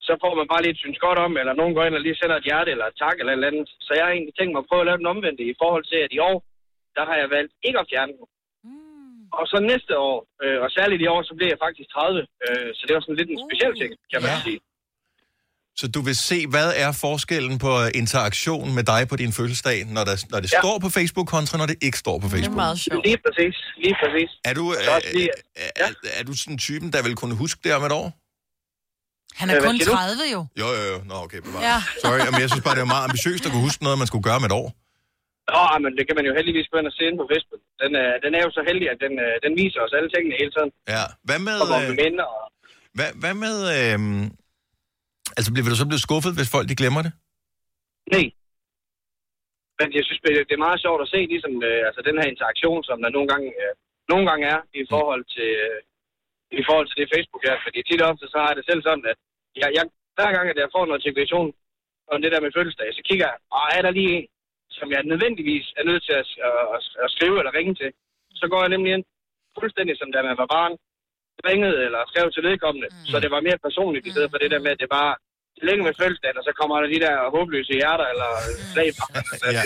[SPEAKER 7] så får man bare lige et synes godt om, eller nogen går ind og lige sender et hjerte, eller et tak, eller et eller andet. Så jeg har egentlig tænkt mig at prøve at lave den omvendte i forhold til, at i år, der har jeg valgt ikke at fjerne den. Og så næste år, øh, og særligt i år, så bliver jeg faktisk 30. Øh, så det var sådan lidt en speciel ting, kan man ja. sige.
[SPEAKER 1] Så du vil se, hvad er forskellen på øh, interaktion med dig på din fødselsdag, når, der, når det ja. står på Facebook, kontra når det ikke står på Facebook?
[SPEAKER 3] meget sjovt.
[SPEAKER 7] Lige præcis, lige præcis.
[SPEAKER 1] Er du, øh,
[SPEAKER 7] Så også lige,
[SPEAKER 1] er, er, er du sådan typen, der vil kunne huske det om et år?
[SPEAKER 2] Han
[SPEAKER 7] Øh,
[SPEAKER 2] er
[SPEAKER 7] hvad
[SPEAKER 2] kun
[SPEAKER 7] siger du?
[SPEAKER 2] 30 jo.
[SPEAKER 1] Jo, jo, jo. Nå, okay, bevares.
[SPEAKER 2] Ja.
[SPEAKER 1] Sorry, men jeg synes bare, det er meget ambitiøst at kunne huske noget, man skulle gøre om et år.
[SPEAKER 7] Nå, ah, men det kan man jo heldigvis gå ind og se inde på Facebook. Den, øh, den er jo så heldig, at den, øh, den viser os alle tingene hele tiden.
[SPEAKER 1] Ja. Hvad med...
[SPEAKER 7] Og hvor
[SPEAKER 1] øh,
[SPEAKER 7] vi vinder, og
[SPEAKER 1] Hvad, hvad med... Øh, altså, bliver vil du så blive skuffet, hvis folk de glemmer det?
[SPEAKER 7] Nej. Men jeg synes, det det er meget sjovt at se ligesom, øh, altså, den her interaktion, som der nogle gange, øh, nogle gange er i forhold til, øh, i forhold til det Facebook her. Fordi tit og ofte, så er det selv sådan, at jeg, jeg, hver gang, at jeg får noget notifikation om det der med fødselsdag, så kigger jeg, og er der lige en, som jeg nødvendigvis er nødt til at, at, at, at skrive eller ringe til. Så går jeg nemlig ind, fuldstændig som da man var barn, ringede eller skrev til vedkommende, mm. så det var mere personligt i stedet for det der med, at det bare længe med fødselsdagen, og så kommer der de der håbløse hjerter, eller slag.
[SPEAKER 1] Ja.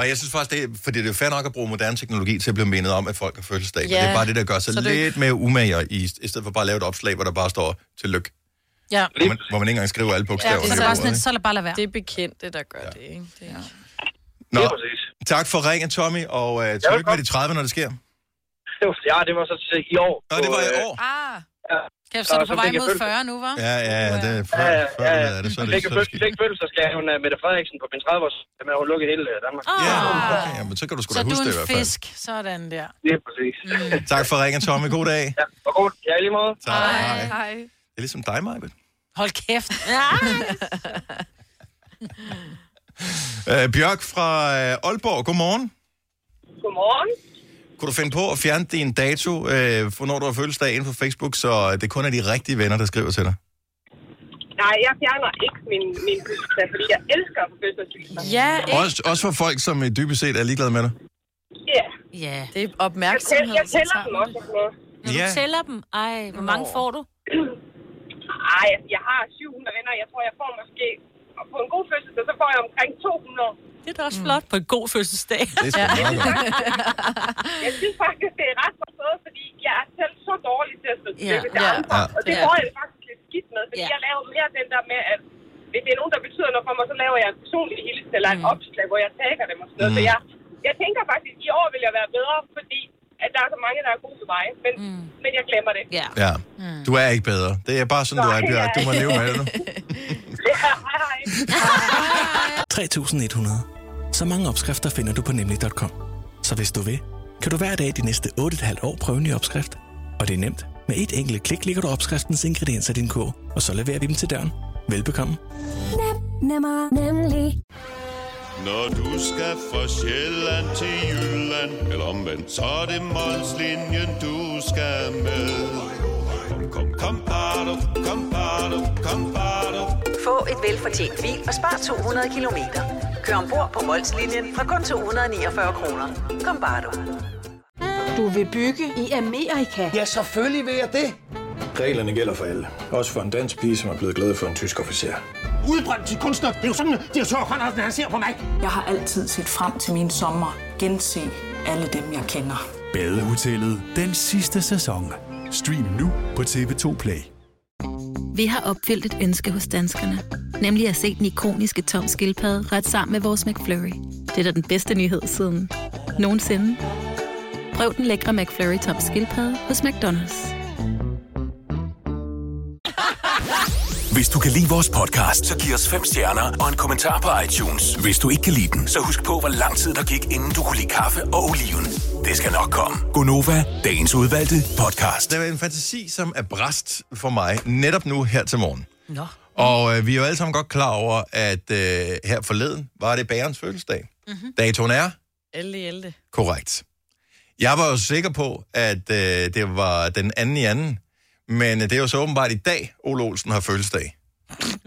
[SPEAKER 1] Og jeg synes faktisk, det er, fordi det er fair nok at bruge moderne teknologi til at blive mindet om, at folk har fødselsdag. Ja. Men
[SPEAKER 3] Ja.
[SPEAKER 1] det er bare det, der gør sig
[SPEAKER 3] Så
[SPEAKER 1] så
[SPEAKER 3] det er
[SPEAKER 1] lidt mere umage, i, i stedet for bare at lave et opslag, hvor der bare står tillykke.
[SPEAKER 2] Ja.
[SPEAKER 1] Hvor man, hvor man ikke engang skriver alle
[SPEAKER 2] Ja,
[SPEAKER 1] bogstaver.
[SPEAKER 2] det er så bare sådan, lidt, så lad bare lade være.
[SPEAKER 3] Det er bekendte, der gør ja. det, ikke? Det er...
[SPEAKER 1] Nå, tak for ringen, Tommy, og uh, tillykke med de 30, når det sker.
[SPEAKER 7] Ja, det var så til i år. øh,
[SPEAKER 1] Nå, det var i år.
[SPEAKER 2] Ah.
[SPEAKER 7] Ja.
[SPEAKER 2] Kan så er du
[SPEAKER 7] Så
[SPEAKER 2] på vej
[SPEAKER 7] fik jeg
[SPEAKER 2] mod
[SPEAKER 7] følelse.
[SPEAKER 2] 40 nu, var?
[SPEAKER 1] Ja, ja, det er før,
[SPEAKER 7] Ja,
[SPEAKER 1] før
[SPEAKER 7] ja,
[SPEAKER 1] er det, så er
[SPEAKER 7] ja.
[SPEAKER 1] det,
[SPEAKER 7] Fik
[SPEAKER 1] så er det skidt.
[SPEAKER 7] fik fødselsdagsgave, hun er Mette Frederiksen på min 30-års, med hun lukkede hele øh, Danmark.
[SPEAKER 1] Ja, men så kan du sgu
[SPEAKER 2] Så
[SPEAKER 1] da
[SPEAKER 2] du
[SPEAKER 1] huske det i
[SPEAKER 2] er
[SPEAKER 1] hvert
[SPEAKER 2] en Mm.
[SPEAKER 1] fald.
[SPEAKER 2] fisk. Sådan der.
[SPEAKER 7] Det er præcis.
[SPEAKER 1] Tak for ringen, Tommy. God dag.
[SPEAKER 7] Ja, og god. Ja, i lige måde.
[SPEAKER 1] Tak. Hej. Det
[SPEAKER 3] Hej.
[SPEAKER 1] er ligesom dig, Majbet.
[SPEAKER 2] Hold kæft.
[SPEAKER 1] Uh, Bjørk fra uh, Aalborg, godmorgen.
[SPEAKER 13] Godmorgen.
[SPEAKER 1] Kunne du finde på at fjerne din dato, øh, for når du har fødselsdag inde på Facebook, så det kun er de rigtige venner, der skriver til dig?
[SPEAKER 13] Nej, jeg fjerner ikke min, min fødselsdag, fordi jeg elsker at få fødselsdagsfilmer.
[SPEAKER 3] Ja,
[SPEAKER 1] [LAUGHS] Også, også for folk, som øh, dybest set er ligeglade med dig.
[SPEAKER 13] Ja.
[SPEAKER 3] Det
[SPEAKER 5] Ja.
[SPEAKER 3] er
[SPEAKER 13] Jeg, tæller,
[SPEAKER 3] opmærksomhed.
[SPEAKER 13] jeg
[SPEAKER 3] så
[SPEAKER 13] tæller
[SPEAKER 3] tager
[SPEAKER 13] dem
[SPEAKER 3] man
[SPEAKER 13] også.
[SPEAKER 3] det.
[SPEAKER 13] og sådan noget.
[SPEAKER 5] Når
[SPEAKER 1] Ja.
[SPEAKER 5] du tæller dem, ej, hvor mange
[SPEAKER 13] Nå.
[SPEAKER 5] får du?
[SPEAKER 13] Ej, altså, jeg har 700 venner. Jeg tror, jeg får måske... Og på en god fødselsdag, så får jeg omkring 200.
[SPEAKER 5] Det er da også flot på en god fødselsdag.
[SPEAKER 1] Det er
[SPEAKER 5] [LAUGHS]
[SPEAKER 1] sgu Ja. meget godt.
[SPEAKER 13] Jeg synes faktisk, det er ret for noget, fordi jeg er selv så dårlig til at stå til
[SPEAKER 5] Ja,
[SPEAKER 13] ja, til
[SPEAKER 5] ja.
[SPEAKER 13] andre.
[SPEAKER 1] Ja.
[SPEAKER 13] Og det
[SPEAKER 5] Ja.
[SPEAKER 13] får jeg det faktisk lidt skidt med, fordi
[SPEAKER 5] Ja.
[SPEAKER 13] ja. jeg laver mere den der med, at hvis det er nogen, der betyder noget for mig, så laver jeg en personlig hilsen eller
[SPEAKER 5] Mm.
[SPEAKER 13] en opslag, hvor jeg tager dem og sådan noget.
[SPEAKER 1] Mm.
[SPEAKER 13] Mm. Så jeg, jeg tænker faktisk, at i år vil jeg være bedre, fordi at der er så mange, der er gode til mig. Men, mm. men jeg glemmer det.
[SPEAKER 5] Ja.
[SPEAKER 1] Ja. Du er ikke bedre. Det er bare sådan, du
[SPEAKER 13] Nej,
[SPEAKER 1] er, Bjørk. Du må
[SPEAKER 13] ja.
[SPEAKER 1] leve med
[SPEAKER 6] [LAUGHS]
[SPEAKER 1] det nu.
[SPEAKER 14] 3100. Så mange opskrifter finder du på nemlig.com. Så hvis du vil, kan du hver dag de næste 8,5 år prøve en ny opskrift. Og det er nemt. Med et enkelt klik ligger du opskriftens ingredienser i din kog, og så leverer vi dem til døren. Velbekomme.
[SPEAKER 15] Nemmer, nemlig.
[SPEAKER 16] Når du skal fra Sjælland til Jylland, eller omvendt, så er det Molslinjen, du skal med. Kom, kom, kom, bado, kom, bado, kom, bado.
[SPEAKER 17] Få et velfortjent bil og spar 200 kilometer. Kør ombord på Molslinjen fra kun 249 kroner. Kom bare du.
[SPEAKER 18] Du vil bygge i Amerika? Ja, selvfølgelig vil jeg det. Reglerne gælder for alle. Også for en dansk pige, som er blevet glad for en tysk officer.
[SPEAKER 19] Udbrændt til kunstner. Det er jo sådan, at de har tørt, Conradsen, han ser på mig.
[SPEAKER 20] Jeg har altid set frem til min sommer. Gense alle dem, jeg kender.
[SPEAKER 6] Badehotellet den sidste sæson. Stream nu på TV2 Play.
[SPEAKER 21] Vi har opfyldt et ønske hos danskerne. Nemlig at se den ikoniske tom skildpadde ret sammen med vores McFlurry. Det er da den bedste nyhed siden nogensinde. Prøv den lækre McFlurry tom skildpadde hos McDonald's.
[SPEAKER 6] Hvis du kan lide vores podcast, så giv os fem stjerner og en kommentar på iTunes. Hvis du ikke kan lide den, så husk på, hvor lang tid der gik, inden du kunne lide kaffe og oliven. Det skal nok komme. Gonova, dagens udvalgte podcast.
[SPEAKER 1] Det er en fantasi, som er bræst for mig netop nu her til morgen.
[SPEAKER 5] Nå.
[SPEAKER 1] Og øh, vi er jo alle sammen godt klar over, at øh, her forleden var det bagerens fødselsdag.
[SPEAKER 3] Mhm.
[SPEAKER 1] Mm-hmm. Datoen er
[SPEAKER 3] Elde, elde.
[SPEAKER 1] korrekt. Jeg var jo sikker på, at øh, det var den anden i anden, men øh, det er jo så åbenbart i dag, Ole Olsen har fødselsdag.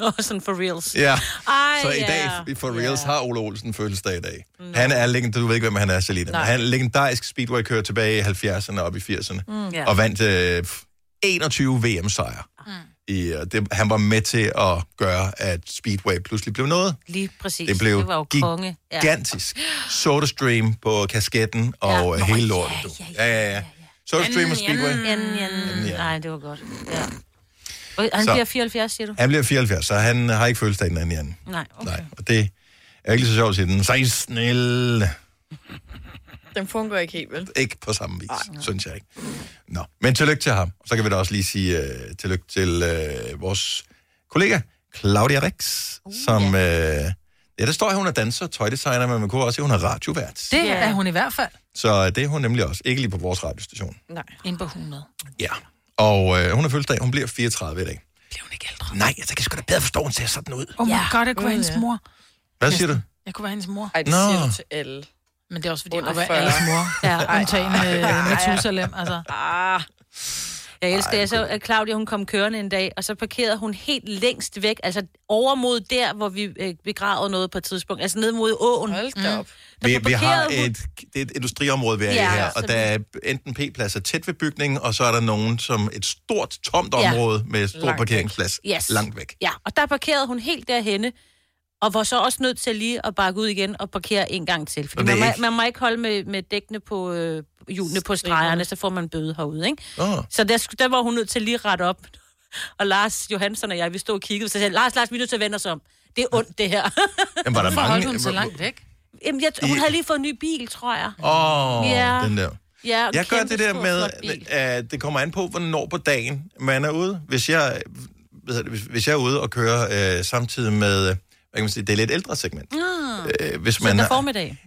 [SPEAKER 3] Åh, sådan for reals.
[SPEAKER 1] Ja,
[SPEAKER 3] Ej,
[SPEAKER 1] så i dag
[SPEAKER 3] ja.
[SPEAKER 1] for reals har Ole Olsen fødselsdag i dag. No. Han er legend, du ved ikke, hvem han er, Selina, men
[SPEAKER 3] Nej.
[SPEAKER 1] han er legendarisk speedway-kører tilbage i 70'erne og op i 80'erne,
[SPEAKER 3] Mm.
[SPEAKER 1] mm,
[SPEAKER 3] Ja.
[SPEAKER 1] og vandt øh, 21 VM-sejre. Mm. I, og det, han var med til at gøre, at speedway pludselig blev noget.
[SPEAKER 5] Lige præcis.
[SPEAKER 1] Det blev
[SPEAKER 5] det var jo konge.
[SPEAKER 1] gigantisk. SodaStream på kasketten og ja. hele lortet. du. Ja, ja, ja. ja. SodaStream og Speedway.
[SPEAKER 5] Anden, Nej, det var godt. Ja. Og Han
[SPEAKER 1] Så-
[SPEAKER 5] bliver 74, siger du?
[SPEAKER 1] Han bliver 74, så han har ikke fødselsdag den anden i anden.
[SPEAKER 5] Nej, okay.
[SPEAKER 1] Nej, og det er ikke lige så sjovt at sige den 16.
[SPEAKER 3] Den fungerer ikke helt, vel?
[SPEAKER 1] Ikke på samme vis, Ej, synes jeg ikke. Nå, men tillykke til ham. Så kan vi da også lige sige øh, tillykke til øh, vores kollega, Claudia Rex, uh, som... Ja. Øh, ja, der står, at hun er danser og tøjdesigner, men man kunne også se, at hun er radiovært.
[SPEAKER 4] Det yeah. er hun i hvert fald.
[SPEAKER 1] Så øh, det er hun nemlig også. Ikke lige på vores radiostation.
[SPEAKER 4] Nej. Inde på 100.
[SPEAKER 1] Ja. Og øh, hun har fødselsdag. Hun bliver 34 i dag. Bliver hun ikke ældre? Nej, altså, jeg kan sgu da bedre forstå, at hun ser sådan ud.
[SPEAKER 4] Oh my ja. god, jeg kunne være hendes mor.
[SPEAKER 1] Hvad siger du?
[SPEAKER 4] Jeg kunne være hendes mor.
[SPEAKER 1] Ej, det Nå. siger du til
[SPEAKER 3] alle.
[SPEAKER 4] Men det er også fordi,
[SPEAKER 3] Under
[SPEAKER 4] jeg kunne være
[SPEAKER 3] 40.
[SPEAKER 4] alles mor.
[SPEAKER 5] Ja.
[SPEAKER 4] Ja. Undtagen
[SPEAKER 5] Ej.
[SPEAKER 4] øh, Methusalem, altså.
[SPEAKER 3] Ah.
[SPEAKER 5] Jeg elsker det. Jeg så, at Claudia, hun kom kørende en dag, og så parkerede hun helt længst væk, altså over mod der, hvor vi øh, begravede noget på et tidspunkt, altså ned mod åen. Hold
[SPEAKER 3] da op.
[SPEAKER 1] Vi, vi har
[SPEAKER 5] parkerede hun-
[SPEAKER 1] et, det er et industriområde, vi er
[SPEAKER 5] Ja,
[SPEAKER 1] ja, i her,
[SPEAKER 5] så
[SPEAKER 1] og der er enten P-pladser tæt ved bygningen, og så er der nogen som et stort, tomt område ja. med stor
[SPEAKER 5] Langt væk.
[SPEAKER 1] langt parkeringsplads
[SPEAKER 5] Yes.
[SPEAKER 1] langt væk.
[SPEAKER 5] Ja, og der parkerede hun helt derhenne, og var så også nødt til lige at bakke ud igen og parkere en gang til. Fordi
[SPEAKER 1] Og det er
[SPEAKER 5] man, må,
[SPEAKER 1] ikke-
[SPEAKER 5] man må ikke holde med, med dækkene på øh, hjulene på stregerne, så får man en bøde herude, ikke?
[SPEAKER 1] Oh.
[SPEAKER 5] Så der, sku- der var hun nødt til lige at rette op. [LAUGHS] Og Lars Johansson og jeg, vi stod og kiggede, så sagde jeg, Lars, Lars, vi er nødt til at vende os om. Det er ondt, det her.
[SPEAKER 1] [LAUGHS] Jamen, var der Hvorfor mange- holdt hun så
[SPEAKER 4] langt væk?
[SPEAKER 5] Jamen, jeg, hun
[SPEAKER 1] I-
[SPEAKER 5] havde lige fået en ny bil, tror jeg.
[SPEAKER 1] Åh, oh,
[SPEAKER 5] Ja.
[SPEAKER 1] ja. den der.
[SPEAKER 5] Ja, og
[SPEAKER 1] Jeg gør
[SPEAKER 5] kæmpe
[SPEAKER 1] det der
[SPEAKER 5] stor,
[SPEAKER 1] med,
[SPEAKER 5] flot bil.
[SPEAKER 1] at det kommer an på, hvornår på dagen man er ude. Hvis jeg, hvad hedder det, hvis- hvis jeg er ude og kører øh, samtidig med, øh, hvad kan man sige, det er lidt ældre segment. Øh, hvis man
[SPEAKER 5] Søndag
[SPEAKER 1] har-
[SPEAKER 5] formiddag.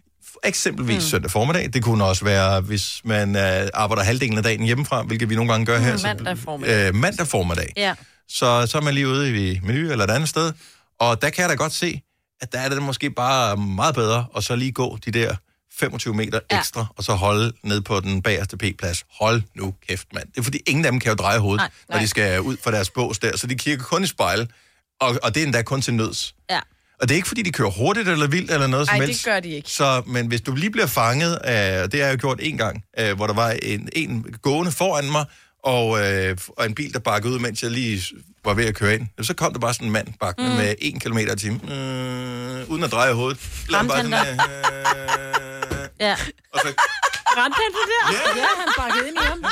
[SPEAKER 1] Eksempelvis mm. søndag formiddag. Det kunne også være, hvis man øh, arbejder halvdelen af dagen hjemmefra, hvilket vi nogle gange gør her.
[SPEAKER 3] Mm,
[SPEAKER 1] så-
[SPEAKER 3] mandag formiddag.
[SPEAKER 1] Altså, Øh, mandag formiddag.
[SPEAKER 5] Ja.
[SPEAKER 1] så, så er man lige ude i menu eller et andet sted, og der kan jeg da godt se, at der er det måske bare meget bedre at så lige gå de der 25 meter ekstra, ja. og så holde ned på den bagerste P-plads. Hold nu kæft, mand. Det er fordi, ingen af dem kan jo dreje hovedet,
[SPEAKER 5] Nej,
[SPEAKER 1] nej,
[SPEAKER 5] nej.
[SPEAKER 1] når de skal ud fra deres bås der, så de kigger kun i spejl, og, og det er endda kun til nøds.
[SPEAKER 5] Ja.
[SPEAKER 1] Og det er ikke, fordi de kører hurtigt eller vildt eller noget
[SPEAKER 3] Ej,
[SPEAKER 1] som
[SPEAKER 3] det
[SPEAKER 1] helst.
[SPEAKER 3] gør de ikke.
[SPEAKER 1] Så, men hvis du lige bliver fanget, øh, det har jeg gjort en gang, øh, hvor der var en, en gående foran mig, og, øh, og en bil, der bakkede ud, mens jeg lige var ved at køre ind. Så kom der bare sådan en mand bakkende mm. med 1 km i timen, øh, uden at dreje hovedet. Blev
[SPEAKER 5] Ramte
[SPEAKER 1] bare
[SPEAKER 5] han
[SPEAKER 1] sådan,
[SPEAKER 5] dig?
[SPEAKER 1] øh,
[SPEAKER 5] Ja.
[SPEAKER 1] og så
[SPEAKER 5] Ramte han det der?
[SPEAKER 1] Ja.
[SPEAKER 4] Ja, han bakkede ind i ham.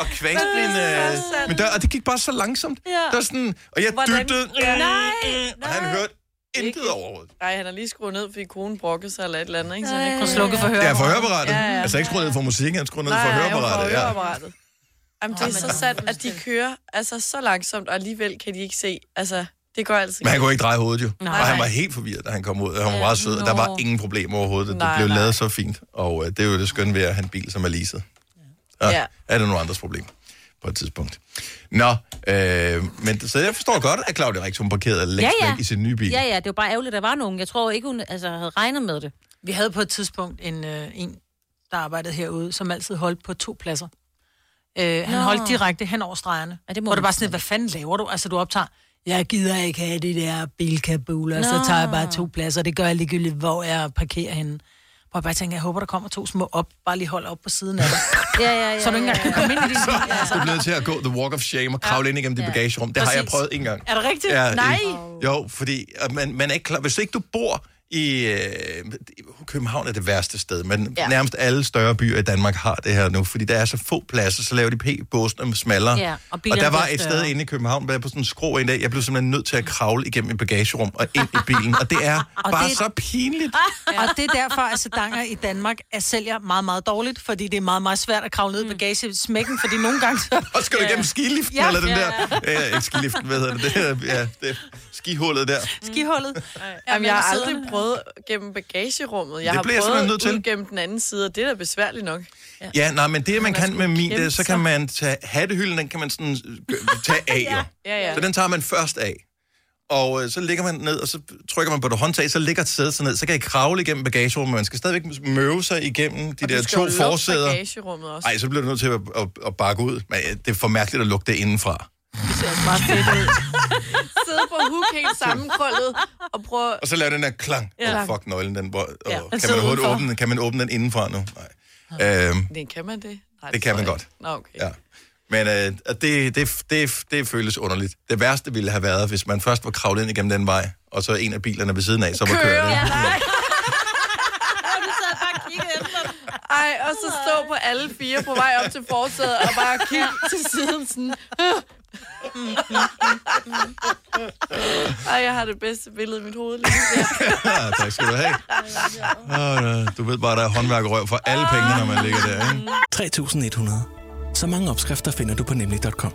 [SPEAKER 1] og kvængte min, øh, min dør, og det gik bare så langsomt.
[SPEAKER 3] Ja.
[SPEAKER 1] Der var sådan, og jeg
[SPEAKER 3] Hvordan-
[SPEAKER 1] dyttede,
[SPEAKER 3] Ja. Nej,
[SPEAKER 1] og han hørte intet overhovedet.
[SPEAKER 3] Nej, han har lige skruet ned, fordi konen brokkede sig eller et eller andet, ikke?
[SPEAKER 2] Øh.
[SPEAKER 3] Så han ikke
[SPEAKER 4] Og slukket for
[SPEAKER 1] Ja, for høreapparatet.
[SPEAKER 3] Ja, ja.
[SPEAKER 1] Altså ikke skruet ned for musikken, han skruet ned for
[SPEAKER 3] Nej, nej,
[SPEAKER 1] høreapparatet.
[SPEAKER 3] Ja.
[SPEAKER 1] Ja.
[SPEAKER 3] høreapparatet. Jamen, det er så sandt, at de kører altså, så langsomt, og alligevel kan de ikke se. Altså, det går altid.
[SPEAKER 1] Men han kunne ikke dreje hovedet jo.
[SPEAKER 3] Nej.
[SPEAKER 1] Nej. Og han var helt forvirret, da han kom ud. Han var meget sød, og der var ingen problemer overhovedet. Det
[SPEAKER 3] Nej,
[SPEAKER 1] blev
[SPEAKER 3] nej.
[SPEAKER 1] lavet så fint. Og øh, det er jo det skønne ved at have en bil, som er leaset. Ja.
[SPEAKER 3] Ja.
[SPEAKER 1] Er det nogen andres problem på et tidspunkt? Nå, øh, men så jeg forstår godt, at Claudia Rix, hun parkerede længst væk i sin nye bil.
[SPEAKER 5] Ja, ja, det var bare ærgerligt, at der var nogen. Jeg tror ikke, hun altså, havde regnet med det.
[SPEAKER 4] Vi havde på et tidspunkt en, øh, en der arbejdede herude, som altid holdt på to pladser. Øh, han
[SPEAKER 5] Nå.
[SPEAKER 4] holdt direkte hen over stregerne. Ja, det
[SPEAKER 5] må
[SPEAKER 4] hvor
[SPEAKER 5] man
[SPEAKER 4] det var sådan, lidt, hvad fanden laver du? Altså, du optager, jeg gider ikke have det der bilkabul, og så
[SPEAKER 5] Nå.
[SPEAKER 4] tager jeg bare to pladser. Det gør jeg ligegyldigt, hvor jeg parkerer henne.
[SPEAKER 2] Hvor jeg bare tænker, jeg håber, der kommer to små op, bare lige holder op på siden af dig.
[SPEAKER 5] Ja, ja, ja.
[SPEAKER 2] så du ikke engang kan komme ind i
[SPEAKER 5] [LAUGHS]
[SPEAKER 2] din bil.
[SPEAKER 4] Altså,
[SPEAKER 1] Du bliver nødt til at gå the walk of shame og kravle ind igennem dit bagagerum. Det har jeg
[SPEAKER 2] Præcis.
[SPEAKER 1] prøvet en gang.
[SPEAKER 2] Er det rigtigt?
[SPEAKER 1] det-
[SPEAKER 2] Nej.
[SPEAKER 1] Jo, fordi at man, man er ikke klar. Hvis ikke du bor i... Øh, København er det værste sted, men
[SPEAKER 8] Ja.
[SPEAKER 1] ja. nærmest alle større byer i Danmark har det her nu, fordi der er så få pladser, så laver de p-båsene smallere.
[SPEAKER 8] Ja, og
[SPEAKER 1] og, og
[SPEAKER 8] bilerne
[SPEAKER 1] der var
[SPEAKER 8] bliver
[SPEAKER 1] et sted
[SPEAKER 8] større.
[SPEAKER 1] inde i København, hvor jeg på sådan en skrå en dag, jeg blev simpelthen nødt til at kravle igennem et bagagerum og ind i bilen, og det er
[SPEAKER 2] [LAUGHS] Og
[SPEAKER 1] bare
[SPEAKER 2] det-
[SPEAKER 1] så pinligt.
[SPEAKER 2] Og det er derfor, at sedanger i Danmark er sælger meget, meget dårligt, fordi det er meget, meget svært at kravle ned i bagagesmækken, fordi nogle gange så...
[SPEAKER 1] [LAUGHS] Og skal du igennem skiliften, ja, eller den der... Ja, ikke skiliften, hvad hedder det? det? er- Ja, det er skihullet der.
[SPEAKER 2] Skihullet.
[SPEAKER 3] Mm. Jamen,
[SPEAKER 2] men
[SPEAKER 3] jeg har
[SPEAKER 2] sidder
[SPEAKER 3] aldrig prøvet gennem bagagerummet. Jeg
[SPEAKER 1] Det
[SPEAKER 3] har
[SPEAKER 1] bliver jeg
[SPEAKER 3] prøvet
[SPEAKER 1] simpelthen nødt til.
[SPEAKER 3] ud gennem den anden side, og det er da besværligt nok. Ja.
[SPEAKER 1] Ja, nej, men det, man
[SPEAKER 3] Man
[SPEAKER 1] kan
[SPEAKER 3] skulle
[SPEAKER 1] med min,
[SPEAKER 3] kæmpe
[SPEAKER 1] det, er, så
[SPEAKER 3] sig.
[SPEAKER 1] kan man tage hattehylden, den kan man sådan øh, tage af, ja. jo.
[SPEAKER 3] Ja, ja.
[SPEAKER 1] Så den tager man først af. Og øh, så ligger man ned, og så trykker man på det håndtag, så ligger sædet sig ned, så kan I kravle igennem bagagerummet, men man skal stadigvæk møve sig igennem de
[SPEAKER 3] Og du
[SPEAKER 1] der
[SPEAKER 3] skal jo
[SPEAKER 1] to
[SPEAKER 3] lukke
[SPEAKER 1] forsæder.
[SPEAKER 3] bagagerummet også.
[SPEAKER 1] Nej, så bliver du nødt til at, at, at bakke ud. Men øh, det er for mærkeligt at lukke det indenfra.
[SPEAKER 3] Sidde på hook helt sammenkrøllet og prøve...
[SPEAKER 1] Og så laver den der klang. Åh,
[SPEAKER 3] Ja.
[SPEAKER 1] ja. oh, fuck, nøglen, den, hvor, og,
[SPEAKER 3] Ja, den
[SPEAKER 1] kan,
[SPEAKER 3] sidder
[SPEAKER 1] man overhovedet
[SPEAKER 3] udenfor.
[SPEAKER 1] åbne, den- kan man åbne den indenfra nu? Nej. Øhm,
[SPEAKER 3] Det kan man det? Nej,
[SPEAKER 1] det kan man godt.
[SPEAKER 3] Nå, okay.
[SPEAKER 1] Ja. Men øh, og det, det, det, det føles underligt. Det værste ville have været, hvis man først var kravlet ind igennem den vej, og så en af bilerne ved siden af, så var kørende.
[SPEAKER 3] Ja, nej. Og du sad bare og kiggede efter den. Ej, og så stå på alle fire på vej op til forsædet og bare kigge til siden sådan... Ej, jeg har det bedste billede i mit hoved lige der.
[SPEAKER 1] [LAUGHS] Ja, tak skal du have. Åh, Du ved bare, der er håndværkerøv for alle pengene, når man ligger der. Ikke?
[SPEAKER 14] 3.100. Så mange opskrifter finder du på nemlig.com.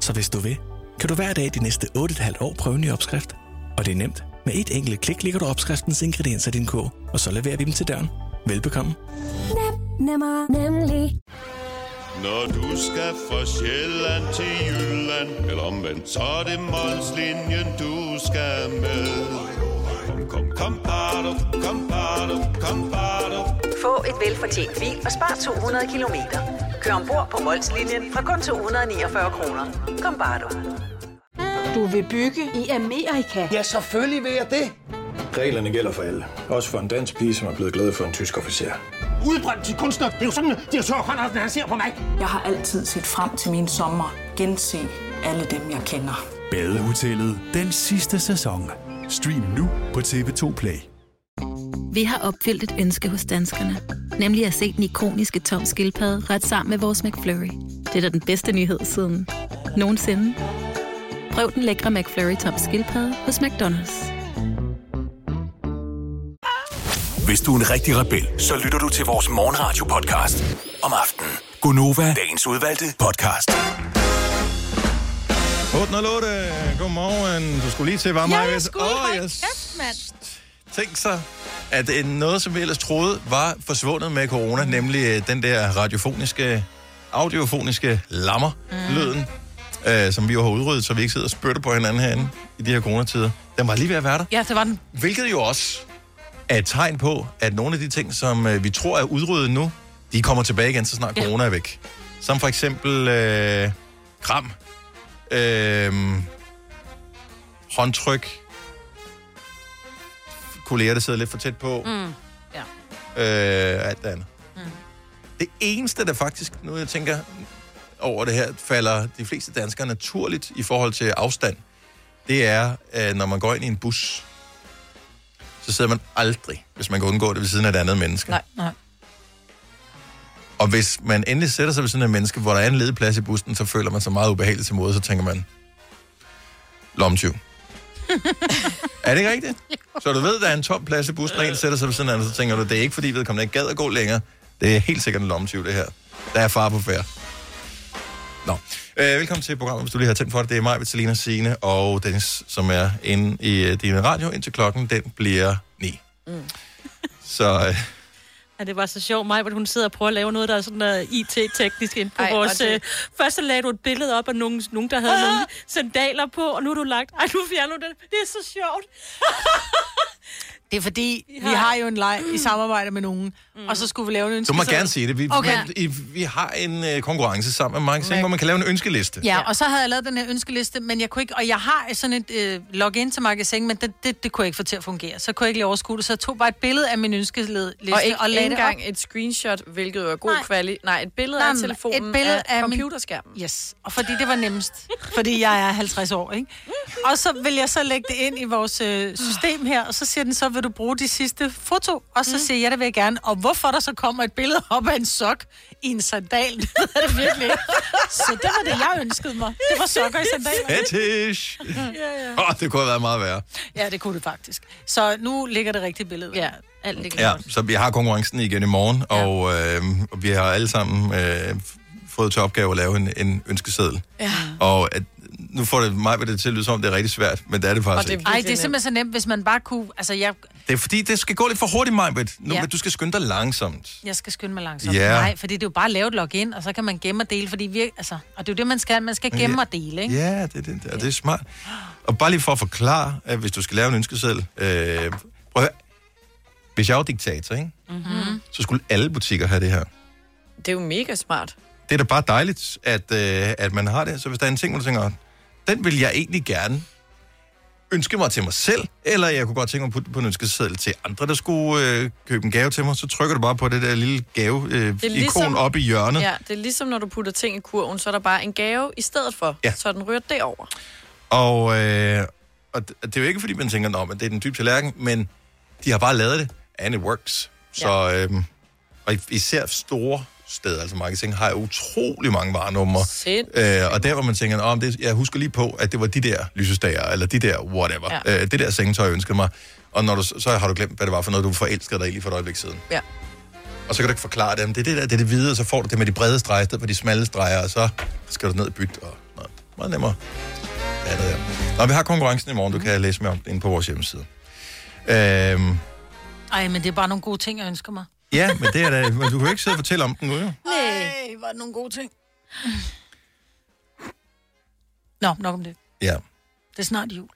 [SPEAKER 14] Så hvis du vil, kan du hver dag de næste 8,5 år prøve en ny opskrift. Og det er nemt. Med et enkelt klik ligger du opskriftens ingredienser i din kog, og så leverer vi dem til døren. Velbekomme.
[SPEAKER 15] Nem, nemmer, nemlig.
[SPEAKER 16] Når du skal fra Sjælland til Jylland Eller omvendt, så er det Molslinjen, du skal med Kom, kom, kom, bado, kom, bado, kom, bado.
[SPEAKER 17] Få et velfortjent bil og spar 200 kilometer. Kør ombord på Molslinjen fra kun 249 kroner. Kom bare du.
[SPEAKER 10] Du vil bygge i Amerika? Ja, selvfølgelig vil jeg det.
[SPEAKER 18] Reglerne gælder for alle. Også for en dansk pige, som er blevet glad for en tysk officer.
[SPEAKER 19] Udbrændt til kunstner. Det er jo sådan, at de har tørt, Andersen, han ser på mig.
[SPEAKER 20] Jeg har altid set frem til min sommer, gense alle dem, jeg kender.
[SPEAKER 22] Badehotellet den sidste sæson. Stream nu på TV2 Play.
[SPEAKER 21] Vi har opfyldt et ønske hos danskerne. Nemlig at se den ikoniske tom skildpadde ret sammen med vores McFlurry. Det er da den bedste nyhed siden nogensinde. Prøv den lækre McFlurry tom skildpadde hos McDonald's.
[SPEAKER 6] Hvis du er en rigtig rebel, så lytter du til vores morgenradio-podcast om aftenen. Gunova, dagens udvalgte podcast.
[SPEAKER 1] 808, godmorgen. Du skulle lige til, var mig.
[SPEAKER 2] jeg skulle
[SPEAKER 1] Åh,
[SPEAKER 2] holde
[SPEAKER 1] jeg
[SPEAKER 2] kæft, mand.
[SPEAKER 1] Tænk så, at øh, noget, som vi ellers troede var forsvundet med
[SPEAKER 2] Mm.
[SPEAKER 1] corona, nemlig øh, den der radiofoniske, audiofoniske
[SPEAKER 2] Mm.
[SPEAKER 1] lammer-lyden, øh, som vi jo har udryddet, så vi ikke sidder og spytter på hinanden herinde i de her coronatider. Den var lige ved at være der.
[SPEAKER 2] Ja, det var den.
[SPEAKER 1] Hvilket jo også er et tegn på, at nogle af de ting, som øh, vi tror er udryddet nu, de kommer tilbage igen, så snart
[SPEAKER 2] Ja.
[SPEAKER 1] corona er væk. Som for eksempel øh, kram, øh, håndtryk, kolleger, der sidder lidt for tæt på, mm.
[SPEAKER 5] Mm. Ja.
[SPEAKER 1] øh, alt det andet. Mm. Det eneste, der faktisk, nu jeg tænker over det her, falder de fleste danskere naturligt i forhold til afstand, det er, øh, når man går ind i en bus, så sidder man aldrig, hvis man kan undgå det, ved siden af et andet menneske.
[SPEAKER 3] Nej, nej.
[SPEAKER 1] Og hvis man endelig sætter sig ved siden af et menneske, hvor der er en ledig plads i bussen, så føler man sig meget ubehageligt til måde, så tænker man, lomtyv. er det ikke rigtigt? Så du ved, der er en tom plads i bussen, og en sætter sig ved siden af den, så tænker du, det er ikke fordi vedkommende ikke gad at gå længere. Det er helt sikkert en lomtyv, det her. Der er far på færd. Nå. Øh, velkommen til programmet, hvis du lige har tændt for det. Det er mig, Vitalina Signe og Dennis, som er inde i øh, din radio, indtil klokken den bliver 9.
[SPEAKER 5] Mm.
[SPEAKER 1] Så øh,
[SPEAKER 5] Ja, det var så sjovt, mig, hvor hun sidder og prøver at lave noget, der er sådan noget IT-teknisk ind på
[SPEAKER 2] Ej,
[SPEAKER 5] Ej,
[SPEAKER 2] og
[SPEAKER 5] vores...
[SPEAKER 2] det-
[SPEAKER 5] Det... Først så lagde du et billede op af nogen, nogen der havde ah! nogle sandaler på, og nu har du lagt... Ej, nu fjerner du det. Det er så sjovt.
[SPEAKER 2] Det er fordi, vi har jo en leg i samarbejde med nogen, og så skulle vi lave en
[SPEAKER 1] Du
[SPEAKER 2] ønske.
[SPEAKER 1] må gerne sige det. Vi,
[SPEAKER 2] Okay.
[SPEAKER 1] okay. vi, vi har en øh, konkurrence sammen med mange ting, hvor man kan lave en ønskeliste.
[SPEAKER 2] Ja, og så havde jeg lavet den her ønskeliste, men jeg kunne ikke, og jeg har sådan et øh, login til magasin, men det, det, det kunne jeg ikke få til at fungere. Så kunne jeg ikke lige overskue det, så jeg tog bare et billede af min ønskeliste
[SPEAKER 3] Og ikke
[SPEAKER 2] lagde det op.
[SPEAKER 3] engang et screenshot, hvilket jo er god
[SPEAKER 2] Nej.
[SPEAKER 3] kvali. Nej, et billede
[SPEAKER 2] Nej,
[SPEAKER 3] af
[SPEAKER 2] men
[SPEAKER 3] telefonen
[SPEAKER 2] et billede af min-
[SPEAKER 3] computerskærmen.
[SPEAKER 2] Yes, og fordi det var nemmest. fordi jeg er 50 år, ikke? Og så vil jeg så lægge det ind i vores øh, system her, og så siger den så, vil du bruge de sidste foto? Og så siger jeg, det vil jeg gerne. Og hvorfor der så kommer et billede op af en sok i en sandal, [LAUGHS] det ved jeg det virkelig ikke. Så det var det, jeg ønskede mig. Det var sokker i sandaler.
[SPEAKER 1] Fetish!
[SPEAKER 5] Mm.
[SPEAKER 1] [LAUGHS]
[SPEAKER 2] Ja, ja.
[SPEAKER 1] Åh, oh, det kunne have været meget værre.
[SPEAKER 2] Ja, det kunne det faktisk. Så nu ligger det rigtige billede. Ja, alt ligger
[SPEAKER 1] Ja, så vi har konkurrencen igen i morgen, og øh, og vi har alle sammen øh, fået til opgave at lave en, en ønskeseddel.
[SPEAKER 2] Ja.
[SPEAKER 1] Og at, nu får det mig ved det til at lyde som om, det er rigtig svært, men det er det faktisk det,
[SPEAKER 2] Ej, det er simpelthen så nemt, hvis man bare kunne... Altså, jeg,
[SPEAKER 1] det er fordi, det skal gå lidt for hurtigt, Majbet. Nu,
[SPEAKER 2] Ja.
[SPEAKER 1] ja. Du skal skynde dig langsomt.
[SPEAKER 2] jeg skal skynde mig langsomt.
[SPEAKER 1] Ja.
[SPEAKER 2] Nej, fordi det er jo bare at lave et login, og så kan man gemme og dele, fordi vi, altså, og det er jo det, man skal. Man skal gemme
[SPEAKER 1] Ja.
[SPEAKER 2] og dele, ikke?
[SPEAKER 1] Ja, det, det, det, og det er smart. Og bare lige for at forklare, at hvis du skal lave en ønskeseddel... Øh, prøv at høre. Hvis jeg var diktator, ikke?
[SPEAKER 3] Mm-hmm.
[SPEAKER 1] så skulle alle butikker have det her.
[SPEAKER 3] Det er jo mega smart.
[SPEAKER 1] Det er da bare dejligt, at, øh, at man har det. Så hvis der er en ting, hvor du tænker, den vil jeg egentlig gerne ønske mig til mig selv, eller jeg kunne godt tænke mig at putte den på en ønskeseddel til andre, der skulle øh, købe en gave til mig, så trykker du bare på det der lille gave-ikon øh,
[SPEAKER 3] Det er
[SPEAKER 1] ligesom... op i hjørnet.
[SPEAKER 3] Ja, det er ligesom, når du putter ting i kurven, så er der bare en gave i stedet for,
[SPEAKER 1] Ja.
[SPEAKER 3] ja. så den ryger derover.
[SPEAKER 1] Og, øh, og det det er jo ikke, fordi man tænker, Nå, men det er den dybe tallerken, men de har bare lavet det, and it works. Så, ja. øh, og især store steder, altså marketing, har jo utrolig mange varenumre.
[SPEAKER 3] Sindssygt
[SPEAKER 1] Øh, og der, hvor man tænker, Nå, men det, jeg husker lige på, at det var de der lysestager, eller de der whatever, ja.
[SPEAKER 3] Ja.
[SPEAKER 1] øh, det der sengetøj, jeg ønskede mig. Og når du, så så har du glemt, hvad det var for noget, du forelskede dig i for et øjeblik siden.
[SPEAKER 3] Ja.
[SPEAKER 1] Og så kan du ikke forklare dem, det er det der, det er det hvide, og så får du det med de brede streger, i stedet for de smalle streger, og så skal du ned og bytte, og nå, meget nemmere. Ja, det er. det. Nå, vi har konkurrencen i morgen, du kan læse mere om det inde på vores hjemmeside. Øhm,
[SPEAKER 2] Ej, men det er bare nogle gode ting, jeg ønsker mig.
[SPEAKER 1] ja, men det er da, men du kan jo ikke sidde og fortælle om den nu, jo.
[SPEAKER 2] Nej, var det nogle gode ting. [LAUGHS] Nå, nok om det.
[SPEAKER 1] Ja.
[SPEAKER 2] Det er snart jul.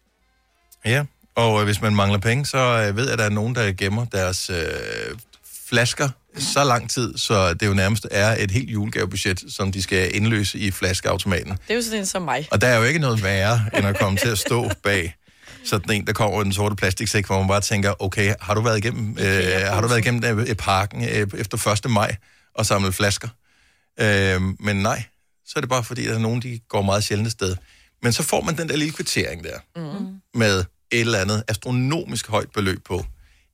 [SPEAKER 1] Ja, og øh, hvis man mangler penge, så øh, ved jeg, at der er nogen, der gemmer deres øh, flasker så lang tid, så det jo nærmest er et helt julegavebudget, som de skal indløse i flaskeautomaten.
[SPEAKER 3] Det er jo sådan en som mig.
[SPEAKER 1] Og der er jo ikke noget værre, end at komme til at stå bag sådan en, der kommer i den sorte plastiksæk, hvor man bare tænker, okay, har du været igennem, øh, har du været igennem øh, øh, parken øh, efter 1. maj og samlet flasker? Øh, men nej, så er det bare fordi, der er nogen, de går meget sjældent sted. Men så får man den der lille kvittering der
[SPEAKER 2] Mhm.
[SPEAKER 8] Mm.
[SPEAKER 1] med et eller andet astronomisk højt beløb på.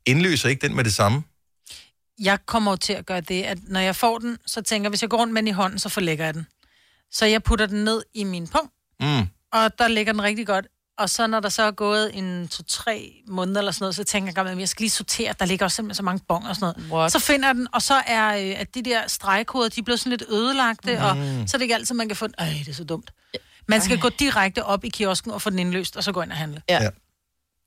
[SPEAKER 1] Indløser ikke den med det samme?
[SPEAKER 2] Jeg kommer jo til at gøre det, at når jeg får den, så tænker jeg, hvis jeg går rundt med den i hånden, så forlægger jeg den. Så jeg putter den ned i min pung,
[SPEAKER 1] Mm.
[SPEAKER 2] og der ligger den rigtig godt. Og så når der så er gået en to-tre måneder eller sådan noget, så tænker jeg, at jeg skal lige sortere, der ligger også simpelthen så mange bong og sådan noget.
[SPEAKER 3] What?
[SPEAKER 2] Så finder jeg den, og så er øh, at de der stregkoder, de er blevet sådan lidt ødelagte, mm. og
[SPEAKER 3] Mm.
[SPEAKER 2] så er det ikke altid, man kan få den. Ej, det er så dumt. Man skal Ej. gå direkte op i kiosken og få den indløst, og så gå ind og handle.
[SPEAKER 3] Ja.
[SPEAKER 1] ja.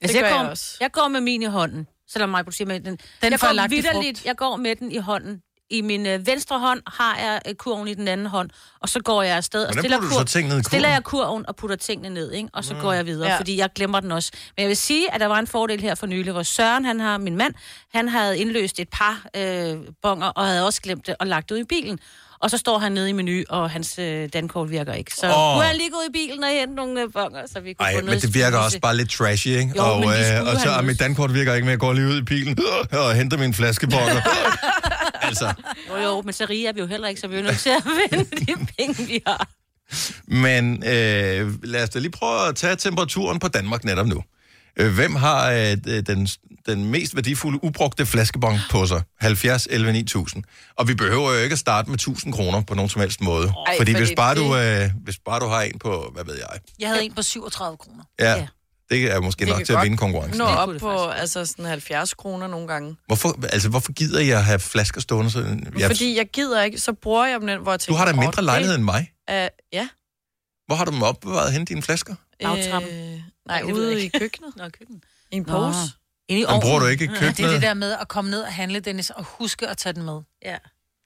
[SPEAKER 5] Altså, jeg, går, jeg, jeg går med min i hånden, selvom mig siger med den.
[SPEAKER 2] Den
[SPEAKER 5] jeg,
[SPEAKER 2] får
[SPEAKER 5] går
[SPEAKER 2] lagt i
[SPEAKER 5] vitterligt, jeg går med den i hånden. I min øh, venstre hånd har jeg øh, kurven i den anden hånd, og så går jeg afsted og
[SPEAKER 1] Hvordan
[SPEAKER 5] stiller,
[SPEAKER 1] putter du så ting ned i kurven?
[SPEAKER 5] stiller jeg kurven og putter tingene ned, ikke? og så
[SPEAKER 1] Mm.
[SPEAKER 5] går jeg videre,
[SPEAKER 1] Ja.
[SPEAKER 5] ja. fordi jeg glemmer den også. Men jeg vil sige, at der var en fordel her for nylig, hvor Søren, han har, min mand, han havde indløst et par øh, bonger, og havde også glemt det og lagt det ud i bilen. Og så står han nede i menu, og hans øh, dankort virker ikke. Så
[SPEAKER 1] Åh.
[SPEAKER 5] oh. nu er jeg lige gået i bilen og hentet nogle øh, bonger, så vi kunne
[SPEAKER 1] Nej,
[SPEAKER 5] få
[SPEAKER 1] men
[SPEAKER 5] noget
[SPEAKER 1] det virker
[SPEAKER 5] at
[SPEAKER 1] også
[SPEAKER 5] spise.
[SPEAKER 1] bare lidt trashy, ikke?
[SPEAKER 5] Jo,
[SPEAKER 1] og,
[SPEAKER 5] men de skulle
[SPEAKER 1] øh, og så
[SPEAKER 5] have
[SPEAKER 1] ah, mit
[SPEAKER 5] lyst.
[SPEAKER 1] dankort virker ikke, men jeg går lige ud i bilen [LAUGHS] og henter min
[SPEAKER 5] [LAUGHS]
[SPEAKER 1] flaskebokker. altså,
[SPEAKER 5] Jo, jo, men så rige er vi jo heller ikke, så vi er jo nødt til at [LAUGHS] vende de penge, vi har.
[SPEAKER 1] men øh, lad os da lige prøve at tage temperaturen på Danmark netop nu. Øh, Hvem har øh, den, den mest værdifulde ubrugte flaskebong på sig? 70, 11, 9000. Og vi behøver jo ikke at starte med 1000 kroner på nogen som helst måde. Ej, fordi
[SPEAKER 2] fordi
[SPEAKER 1] hvis bare,
[SPEAKER 2] det-
[SPEAKER 1] du, øh, hvis bare du har en på, hvad ved jeg,
[SPEAKER 2] Jeg havde en på 37 kroner.
[SPEAKER 1] Ja, ja. det er måske
[SPEAKER 3] Det
[SPEAKER 1] det nok
[SPEAKER 3] kan
[SPEAKER 1] til at
[SPEAKER 3] godt
[SPEAKER 1] vinde konkurrencen.
[SPEAKER 3] Nå
[SPEAKER 1] ikke?
[SPEAKER 3] op på altså sådan 70 kroner nogle gange.
[SPEAKER 1] Hvorfor, altså, hvorfor gider jeg have flasker stående? Så,
[SPEAKER 3] Ja.
[SPEAKER 1] jeg,
[SPEAKER 3] Fordi jeg gider ikke, så bruger jeg dem den, hvor jeg
[SPEAKER 1] du
[SPEAKER 3] tænker...
[SPEAKER 1] har da
[SPEAKER 3] "Åh,
[SPEAKER 1] mindre
[SPEAKER 3] det-
[SPEAKER 1] lejlighed end mig.
[SPEAKER 3] Uh, ja.
[SPEAKER 1] Hvor har du dem opbevaret hen, dine flasker?
[SPEAKER 3] Øh, nej, ude i [LAUGHS] køkkenet.
[SPEAKER 5] Nå, køkkenet.
[SPEAKER 3] I en
[SPEAKER 2] [LAUGHS] Nå.
[SPEAKER 3] pose.
[SPEAKER 5] Inde
[SPEAKER 1] i Den bruger ovnen. du ikke i
[SPEAKER 2] Ja, det er
[SPEAKER 1] køkkenet.
[SPEAKER 2] det der med at komme ned og handle, Dennis, og huske at tage den med.
[SPEAKER 5] Ja.
[SPEAKER 2] Det er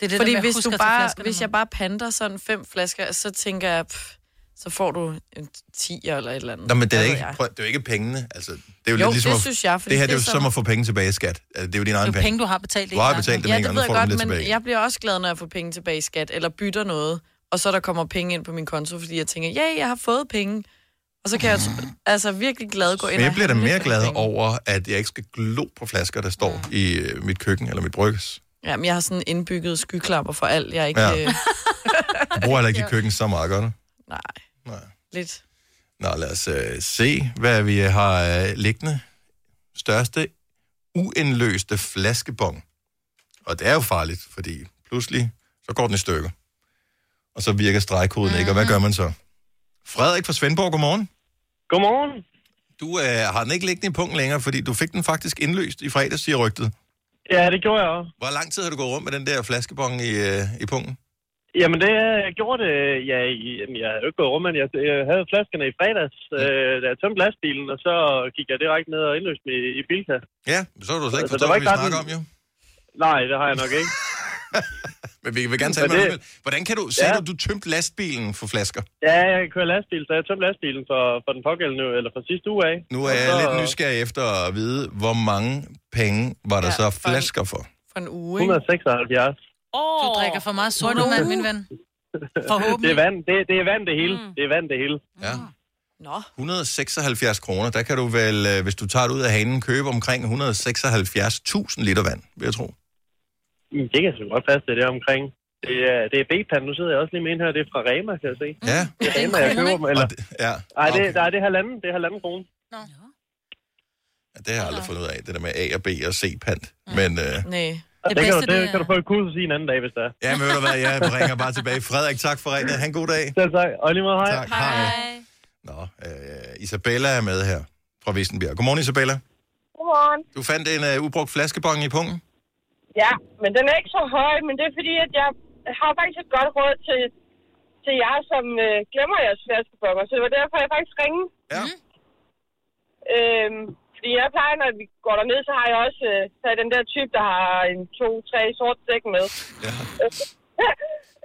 [SPEAKER 2] det
[SPEAKER 3] Fordi
[SPEAKER 2] der med at
[SPEAKER 3] hvis,
[SPEAKER 2] huske
[SPEAKER 3] du
[SPEAKER 2] at tage
[SPEAKER 3] bare,
[SPEAKER 2] flaskerne
[SPEAKER 3] hvis
[SPEAKER 2] med.
[SPEAKER 3] jeg bare panter sådan fem flasker, så tænker jeg, pff, så får du en 10 eller et eller andet.
[SPEAKER 1] Nå, men det er,
[SPEAKER 3] Hvad ved
[SPEAKER 1] ikke,
[SPEAKER 3] jeg.
[SPEAKER 1] prøv, det er jo ikke pengene. Altså, det er jo,
[SPEAKER 3] Jo,
[SPEAKER 1] lidt ligesom
[SPEAKER 3] det
[SPEAKER 1] at-
[SPEAKER 3] synes jeg, fordi
[SPEAKER 1] Det her det er
[SPEAKER 3] det er
[SPEAKER 1] jo som
[SPEAKER 3] så-
[SPEAKER 1] at få penge tilbage i skat. Altså, det er jo dine
[SPEAKER 2] Det er
[SPEAKER 1] egne
[SPEAKER 2] jo
[SPEAKER 1] penge.
[SPEAKER 2] penge, du har betalt.
[SPEAKER 1] Du har betalt dem
[SPEAKER 3] ja,
[SPEAKER 1] en
[SPEAKER 3] det ved
[SPEAKER 1] gang, nu
[SPEAKER 3] jeg
[SPEAKER 1] får du dem
[SPEAKER 3] godt,
[SPEAKER 1] lidt
[SPEAKER 3] men
[SPEAKER 1] tilbage.
[SPEAKER 3] jeg bliver også glad, når jeg får penge tilbage i skat, eller bytter noget, og så der kommer penge ind på min konto, fordi jeg tænker, ja, yeah, jeg har fået penge. Og så kan jeg altså virkelig glad gå ind
[SPEAKER 1] Men jeg
[SPEAKER 3] og
[SPEAKER 1] bliver da
[SPEAKER 3] handle
[SPEAKER 1] mere
[SPEAKER 3] for
[SPEAKER 1] glad
[SPEAKER 3] penge.
[SPEAKER 1] over, at jeg ikke skal glo på flasker, der står i øh, mit køkken eller mit brygges.
[SPEAKER 3] Ja, men jeg har sådan indbygget skyklapper for alt. Jeg er ikke
[SPEAKER 1] Ja.
[SPEAKER 3] ja. øh,
[SPEAKER 1] [LAUGHS] Du
[SPEAKER 3] [LAUGHS]
[SPEAKER 1] bruger heller ikke dit køkken så meget, gør du?
[SPEAKER 3] lidt...
[SPEAKER 1] Nå, lad os øh, se, hvad vi har øh, liggende. Største uindløste flaskebong. Og det er jo farligt, fordi pludselig, så går den i stykker. Og så virker stregkoden mm-hmm. ikke, og hvad gør man så? Frederik fra Svendborg, godmorgen.
[SPEAKER 23] Godmorgen.
[SPEAKER 1] Du øh, har den ikke liggende i punkten længere, fordi du fik den faktisk indløst i fredags, siger rygtet.
[SPEAKER 23] Ja, det gjorde jeg også.
[SPEAKER 1] Hvor lang tid har du gået rundt med den der flaskebong i, øh, i punkten?
[SPEAKER 23] Jamen, det øh, jeg gjorde det. Jeg, jamen, jeg havde jo ikke gået rum, men jeg, jeg havde flaskerne i fredags, øh, da jeg tømte lastbilen, og så gik jeg direkte ned og indløste dem i, i Bilka.
[SPEAKER 1] Ja, så har du slet ikke
[SPEAKER 23] Så Øh, der
[SPEAKER 1] forstået,
[SPEAKER 23] var
[SPEAKER 1] hvad vi
[SPEAKER 23] ikke ret
[SPEAKER 1] snakker om,
[SPEAKER 23] en-
[SPEAKER 1] jo.
[SPEAKER 23] Nej, det har jeg nok
[SPEAKER 1] [LAUGHS]
[SPEAKER 23] ikke.
[SPEAKER 1] Men vi vil gerne tale
[SPEAKER 23] Men
[SPEAKER 1] med
[SPEAKER 23] det-
[SPEAKER 1] dig. alligevel. Hvordan kan du, sagde
[SPEAKER 23] Ja.
[SPEAKER 1] ja. du, du tømte lastbilen for flasker?
[SPEAKER 23] Ja, jeg kører lastbil, så jeg tømte lastbilen for, for den pågældende, eller for sidste uge af.
[SPEAKER 1] Nu er
[SPEAKER 23] Og
[SPEAKER 1] jeg
[SPEAKER 23] så,
[SPEAKER 1] lidt nysgerrig efter at vide, hvor mange penge var der ja, så flasker for?
[SPEAKER 3] For en uge, ikke?
[SPEAKER 23] 176.
[SPEAKER 2] Oh. Du drikker for meget sodavand, min ven.
[SPEAKER 23] det, er vand, det, det er vand det hele. Mm. Det er vand det hele.
[SPEAKER 1] Ja.
[SPEAKER 3] Nå.
[SPEAKER 1] 176 kroner, der kan du vel, øh, hvis du tager det ud af hanen, købe omkring 176.000 liter vand, vil jeg tro.
[SPEAKER 23] Mm, Det kan jeg sgu godt passe, det er der omkring. Det er, det er B-pand, nu sidder jeg også lige med en her, det er fra Rema, kan jeg se.
[SPEAKER 1] Ja.
[SPEAKER 23] Det er Rema, jeg køber dem, eller...
[SPEAKER 1] Ja,
[SPEAKER 23] Nej, det, nej, det er halvanden, det er halvanden krone.
[SPEAKER 1] ja det har jeg aldrig fundet ud af, det der med A og B og C-pant.
[SPEAKER 23] Mm.
[SPEAKER 1] Men, øh,
[SPEAKER 3] Nej.
[SPEAKER 1] Det
[SPEAKER 23] Det, det, kan,
[SPEAKER 1] bedste,
[SPEAKER 23] du, det,
[SPEAKER 1] det er-
[SPEAKER 23] kan du få et kursus i en anden dag, hvis det er.
[SPEAKER 1] ja, men ved du hvad, jeg ringer bare tilbage. Frederik, tak for ringet. Han god dag.
[SPEAKER 23] Selv tak. Og lige måde, hej.
[SPEAKER 1] Tak, hej. Nå, øh, Isabella er med her fra Vissenbjerg. Godmorgen, Isabella.
[SPEAKER 9] Godmorgen.
[SPEAKER 1] Du fandt en øh, ubrugt flaskebong i pungen?
[SPEAKER 9] Ja, men den er ikke så høj, men det er fordi, at jeg har faktisk et godt råd til, til jer, som øh, glemmer jeres flaskebokker. Så det var derfor, jeg faktisk ringede.
[SPEAKER 1] Ja.
[SPEAKER 9] Øhm, fordi jeg plejer, når vi går derned, så har jeg også øh, taget den der type, der har en to, tre sort sæk med.
[SPEAKER 1] Ja.
[SPEAKER 9] [LAUGHS]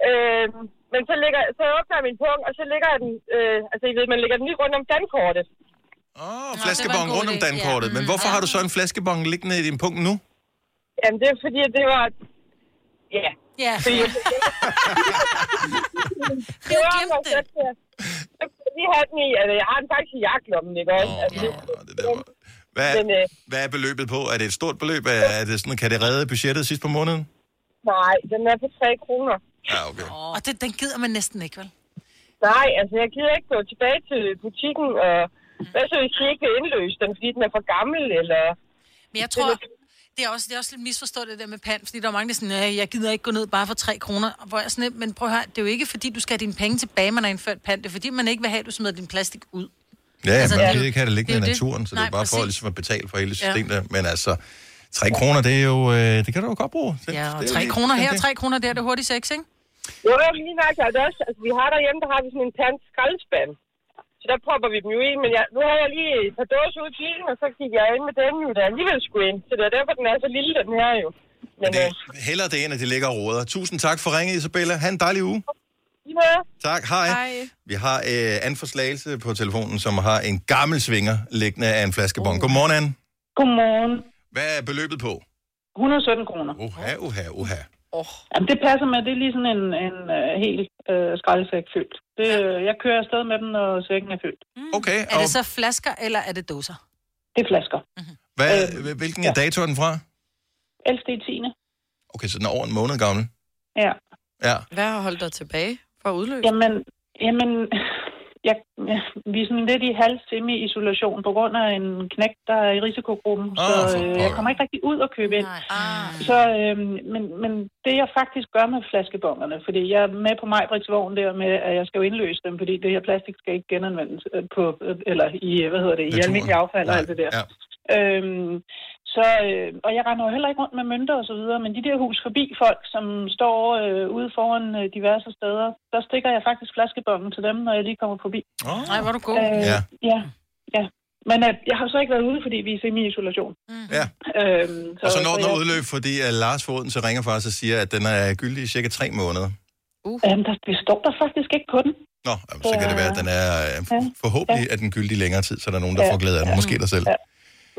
[SPEAKER 9] øhm, men så, ligger, så åbner jeg min pung, og så ligger jeg den, øh, altså I ved, man lægger den lige rundt om dankortet.
[SPEAKER 1] Åh, oh, flaskebong rundt om dankortet. Men hvorfor
[SPEAKER 2] Mhm.
[SPEAKER 1] har du så en flaskebong liggende i din pung nu?
[SPEAKER 9] Jamen, det er fordi, at det var... Ja.
[SPEAKER 2] Ja. [LAUGHS]
[SPEAKER 9] Fordi... [LAUGHS] det var glemt det. Jeg kunne lige have den i... Altså, jeg har den faktisk i jakkelommen, ikke også? Oh, altså, det der var...
[SPEAKER 1] Hvad,
[SPEAKER 9] Men, øh,
[SPEAKER 1] hvad er beløbet på? Er det et stort beløb? Er, er det sådan, kan det redde budgettet sidst på måneden?
[SPEAKER 9] Nej, den er på 3 kroner.
[SPEAKER 1] Ja, okay.
[SPEAKER 2] Og det, den gider man næsten ikke, vel?
[SPEAKER 9] Nej, altså, jeg gider ikke gå tilbage til butikken og... Hvad så, hvis I ikke vil indløse den, fordi den er for gammel, eller...
[SPEAKER 2] Men jeg tror, det er også, det er også lidt misforstået det der med pant, fordi der er mange, der er sådan, "Nej, jeg gider ikke gå ned bare for 3 kroner. Og Hvor jeg er sådan, lidt, men prøv at høre, det er jo ikke fordi, du skal have dine penge tilbage, man har indført pant. Det er fordi, man ikke vil have, at du smider din plastik ud.
[SPEAKER 1] Ja, altså, man
[SPEAKER 2] det-
[SPEAKER 1] kan ikke have det liggende
[SPEAKER 2] det
[SPEAKER 1] i
[SPEAKER 2] er jo det.
[SPEAKER 1] naturen, så Nej,
[SPEAKER 2] Nej,
[SPEAKER 1] det er bare for
[SPEAKER 2] præcis.
[SPEAKER 1] ligesom at betale for hele
[SPEAKER 2] Ja.
[SPEAKER 1] systemet. Ja. Men altså, 3 kroner, det er jo, øh, det kan du jo godt bruge. Det,
[SPEAKER 2] Ja, og
[SPEAKER 1] det er
[SPEAKER 2] 3
[SPEAKER 1] jo-
[SPEAKER 2] kroner her,
[SPEAKER 1] det-
[SPEAKER 2] 3 kroner der, det er hurtigt sex, ikke?
[SPEAKER 9] Jo, jo, lige nok, jeg er det også. Altså, vi har derhjemme, der har vi sådan en pant skraldespand. Så der popper vi dem jo i, men jeg, nu har jeg lige et par dåser ud i bilen, og så gik jeg ind med dem jo, der alligevel skulle ind. Så det er derfor, den er så lille, den her jo. Men øh,
[SPEAKER 1] Hellere det, end at de ligger og roder. Tusind tak for ringet, Isabella. Ha' en dejlig uge.
[SPEAKER 9] lige med.
[SPEAKER 1] Tak, hej.
[SPEAKER 9] Hej.
[SPEAKER 1] Vi har øh, Anne fra Slagelse på telefonen, som har en gammel svinger liggende af en
[SPEAKER 2] Uh.
[SPEAKER 1] flaskebong. Godmorgen, Anne.
[SPEAKER 4] Godmorgen.
[SPEAKER 1] Hvad er beløbet på?
[SPEAKER 4] 117 kroner.
[SPEAKER 1] Uha, uha, uha.
[SPEAKER 4] Jamen, det passer med. Det er lige sådan en, en uh, hel uh, skraldesæk fyldt. Det, uh, jeg kører afsted med den, når sækken er fyldt.
[SPEAKER 1] Okay,
[SPEAKER 2] Mm. Er det så flasker, eller er det dåser?
[SPEAKER 4] Det er
[SPEAKER 2] [GASPS]
[SPEAKER 4] flasker.
[SPEAKER 1] Hvad,
[SPEAKER 24] Øh,
[SPEAKER 1] hvilken er dato er den fra?
[SPEAKER 4] Ældste i 10.
[SPEAKER 1] Okay, så den er over en måned gammel.
[SPEAKER 4] Ja.
[SPEAKER 1] Ja.
[SPEAKER 4] Hvad har holdt dig tilbage for at udløse? Jamen, jamen [LAUGHS] jeg, jeg, vi er sådan lidt i halv semi-isolation på grund af en knæk, der er i risikogruppen.
[SPEAKER 25] Ah,
[SPEAKER 4] Ah,
[SPEAKER 25] for
[SPEAKER 4] så øh, jeg
[SPEAKER 25] pokker.
[SPEAKER 4] kommer ikke rigtig ud og købe ind. Ah. Så, øh, men, men det jeg faktisk gør med flaskebongerne, fordi jeg er med på Majbrits vogn der med, at jeg skal jo indløse dem, fordi det her plastik skal ikke genanvendes øh, på, øh, eller i, øh, hvad hedder det, i
[SPEAKER 25] Naturen.
[SPEAKER 4] almindelig affald og
[SPEAKER 25] Nej,
[SPEAKER 4] alt det der.
[SPEAKER 25] ja.
[SPEAKER 4] Øhm, så, øh, og jeg render jo heller ikke rundt med mønter og så videre, men de der hus forbi folk, som står øh, ude foran øh, diverse steder, der stikker jeg faktisk flaskebommen til dem, når jeg lige kommer forbi.
[SPEAKER 1] Oh.
[SPEAKER 2] Nej, hvor er du god.
[SPEAKER 4] Øh, ja.
[SPEAKER 1] Ja.
[SPEAKER 4] ja. Ja, Men øh, jeg har så ikke været ude, fordi vi er i semi-isolation. Mm.
[SPEAKER 1] Ja.
[SPEAKER 4] Øhm,
[SPEAKER 1] Og så når den er øh,
[SPEAKER 4] jeg-
[SPEAKER 1] udløb, fordi uh, Lars Foden så ringer for os og siger, at den er gyldig i cirka tre måneder.
[SPEAKER 24] Uh. Jamen, der, det står der faktisk ikke på den.
[SPEAKER 1] Nå, jamen, så kan det være, at den er øh, forhåbentlig er den gyldig længere tid, så der er nogen, der
[SPEAKER 24] Ja.
[SPEAKER 1] får glæde af den. Måske dig selv.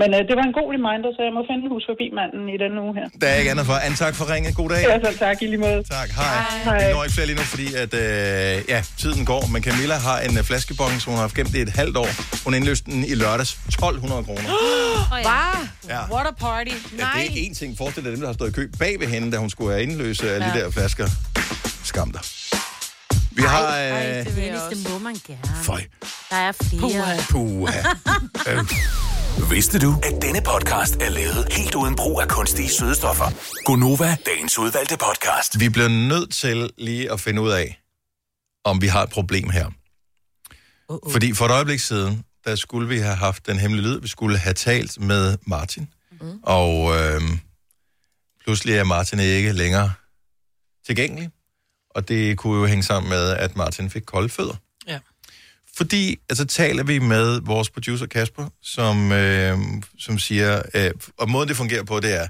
[SPEAKER 24] Men øh, det var en god reminder, så jeg må finde hus forbi manden i denne uge her.
[SPEAKER 1] Der er ikke andet for. Anne, tak for ringet. God dag.
[SPEAKER 24] Ja, så tak i lige måde.
[SPEAKER 1] Tak, hej. Vi når ikke flere lige nu, fordi at, øh, ja, tiden går, men Camilla har en øh, flaskebong, som hun har haft gemt i et halvt år. Hun indløste den i lørdags. 1200 kroner.
[SPEAKER 24] [GASPS]
[SPEAKER 2] Bare,
[SPEAKER 1] Ja.
[SPEAKER 2] what a party.
[SPEAKER 1] Ja, det er en ting. Forestil dig dem, der har stået i kø bag ved hende, da hun skulle have indløse af de
[SPEAKER 2] Ja.
[SPEAKER 1] der flasker. Skam dig. Vi har... Øh,
[SPEAKER 5] det eneste må man gerne.
[SPEAKER 1] Føj.
[SPEAKER 5] Der er flere. Puha.
[SPEAKER 2] [LAUGHS]
[SPEAKER 1] Puha. øh.
[SPEAKER 6] Vidste du, at denne podcast er lavet helt uden brug af kunstige sødestoffer?
[SPEAKER 1] Gunova,
[SPEAKER 6] Dagens udvalgte podcast.
[SPEAKER 1] Vi bliver nødt til lige at finde ud af, om vi har et problem her. Uh-uh. Fordi for et øjeblik siden, der skulle vi have haft den hemmelige lyd. Vi skulle have talt med Martin. Mm. Og øh, pludselig er Martin ikke længere tilgængelig. Og det kunne jo hænge sammen med, at Martin fik kolde fødder.
[SPEAKER 2] Ja.
[SPEAKER 1] Fordi, altså taler vi med vores producer Kasper, som, øh, som siger, øh, og måden det fungerer på, det er,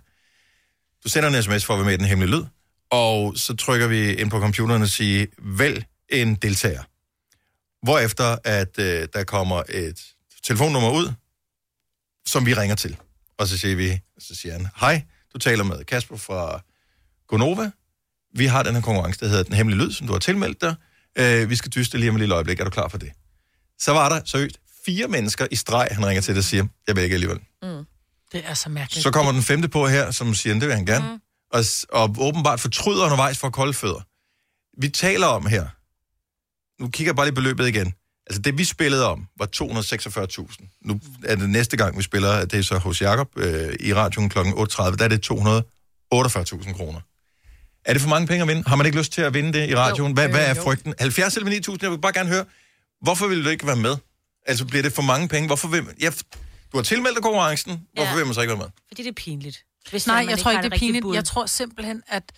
[SPEAKER 1] du sender en sms, får vi med den hemmelige lyd, og så trykker vi ind på computeren og siger, vælg en deltager. Hvorefter, at øh, der kommer et telefonnummer ud, som vi ringer til. Og så siger vi, så siger han, hej, du taler med Kasper fra Gonova. Vi har den her konkurrence, der hedder Den Hemmelige Lyd, som du har tilmeldt dig. Øh, vi skal dyste lige om et lille øjeblik. Er du klar for det? Så var der seriøst fire mennesker i streg, han ringer til, der siger, jeg vil ikke alligevel.
[SPEAKER 2] Det er så mærkeligt.
[SPEAKER 1] Så kommer den femte på her, som siger, det vil han gerne. Mm. Og, s- og åbenbart fortryder undervejs for kolde fødder. Vi taler om her, nu kigger jeg bare lige beløbet igen. Altså det, vi spillede om, var 246.000. Nu er det næste gang, vi spiller, det er så hos Jacob øh, i radioen kl. 8.30, der er det 248.000 kroner. Er det for mange penge at vinde? Har man ikke lyst til at vinde det i radioen? Hvad, hvad er frygten? 70 eller 9.000, jeg vil bare gerne høre, hvorfor vil du ikke være med? Altså bliver det for mange penge? Hvorfor vil... Ja, f- du har tilmeldt dig konkurrencen, hvorfor ja. vil man så ikke være med?
[SPEAKER 5] Fordi det er pinligt.
[SPEAKER 2] Hvis
[SPEAKER 5] Hvis
[SPEAKER 2] Nej,
[SPEAKER 5] man
[SPEAKER 2] jeg
[SPEAKER 5] ikke
[SPEAKER 2] tror
[SPEAKER 5] har
[SPEAKER 2] ikke, det er
[SPEAKER 5] det rigtige
[SPEAKER 2] pinligt.
[SPEAKER 5] bud.
[SPEAKER 2] Jeg tror simpelthen, at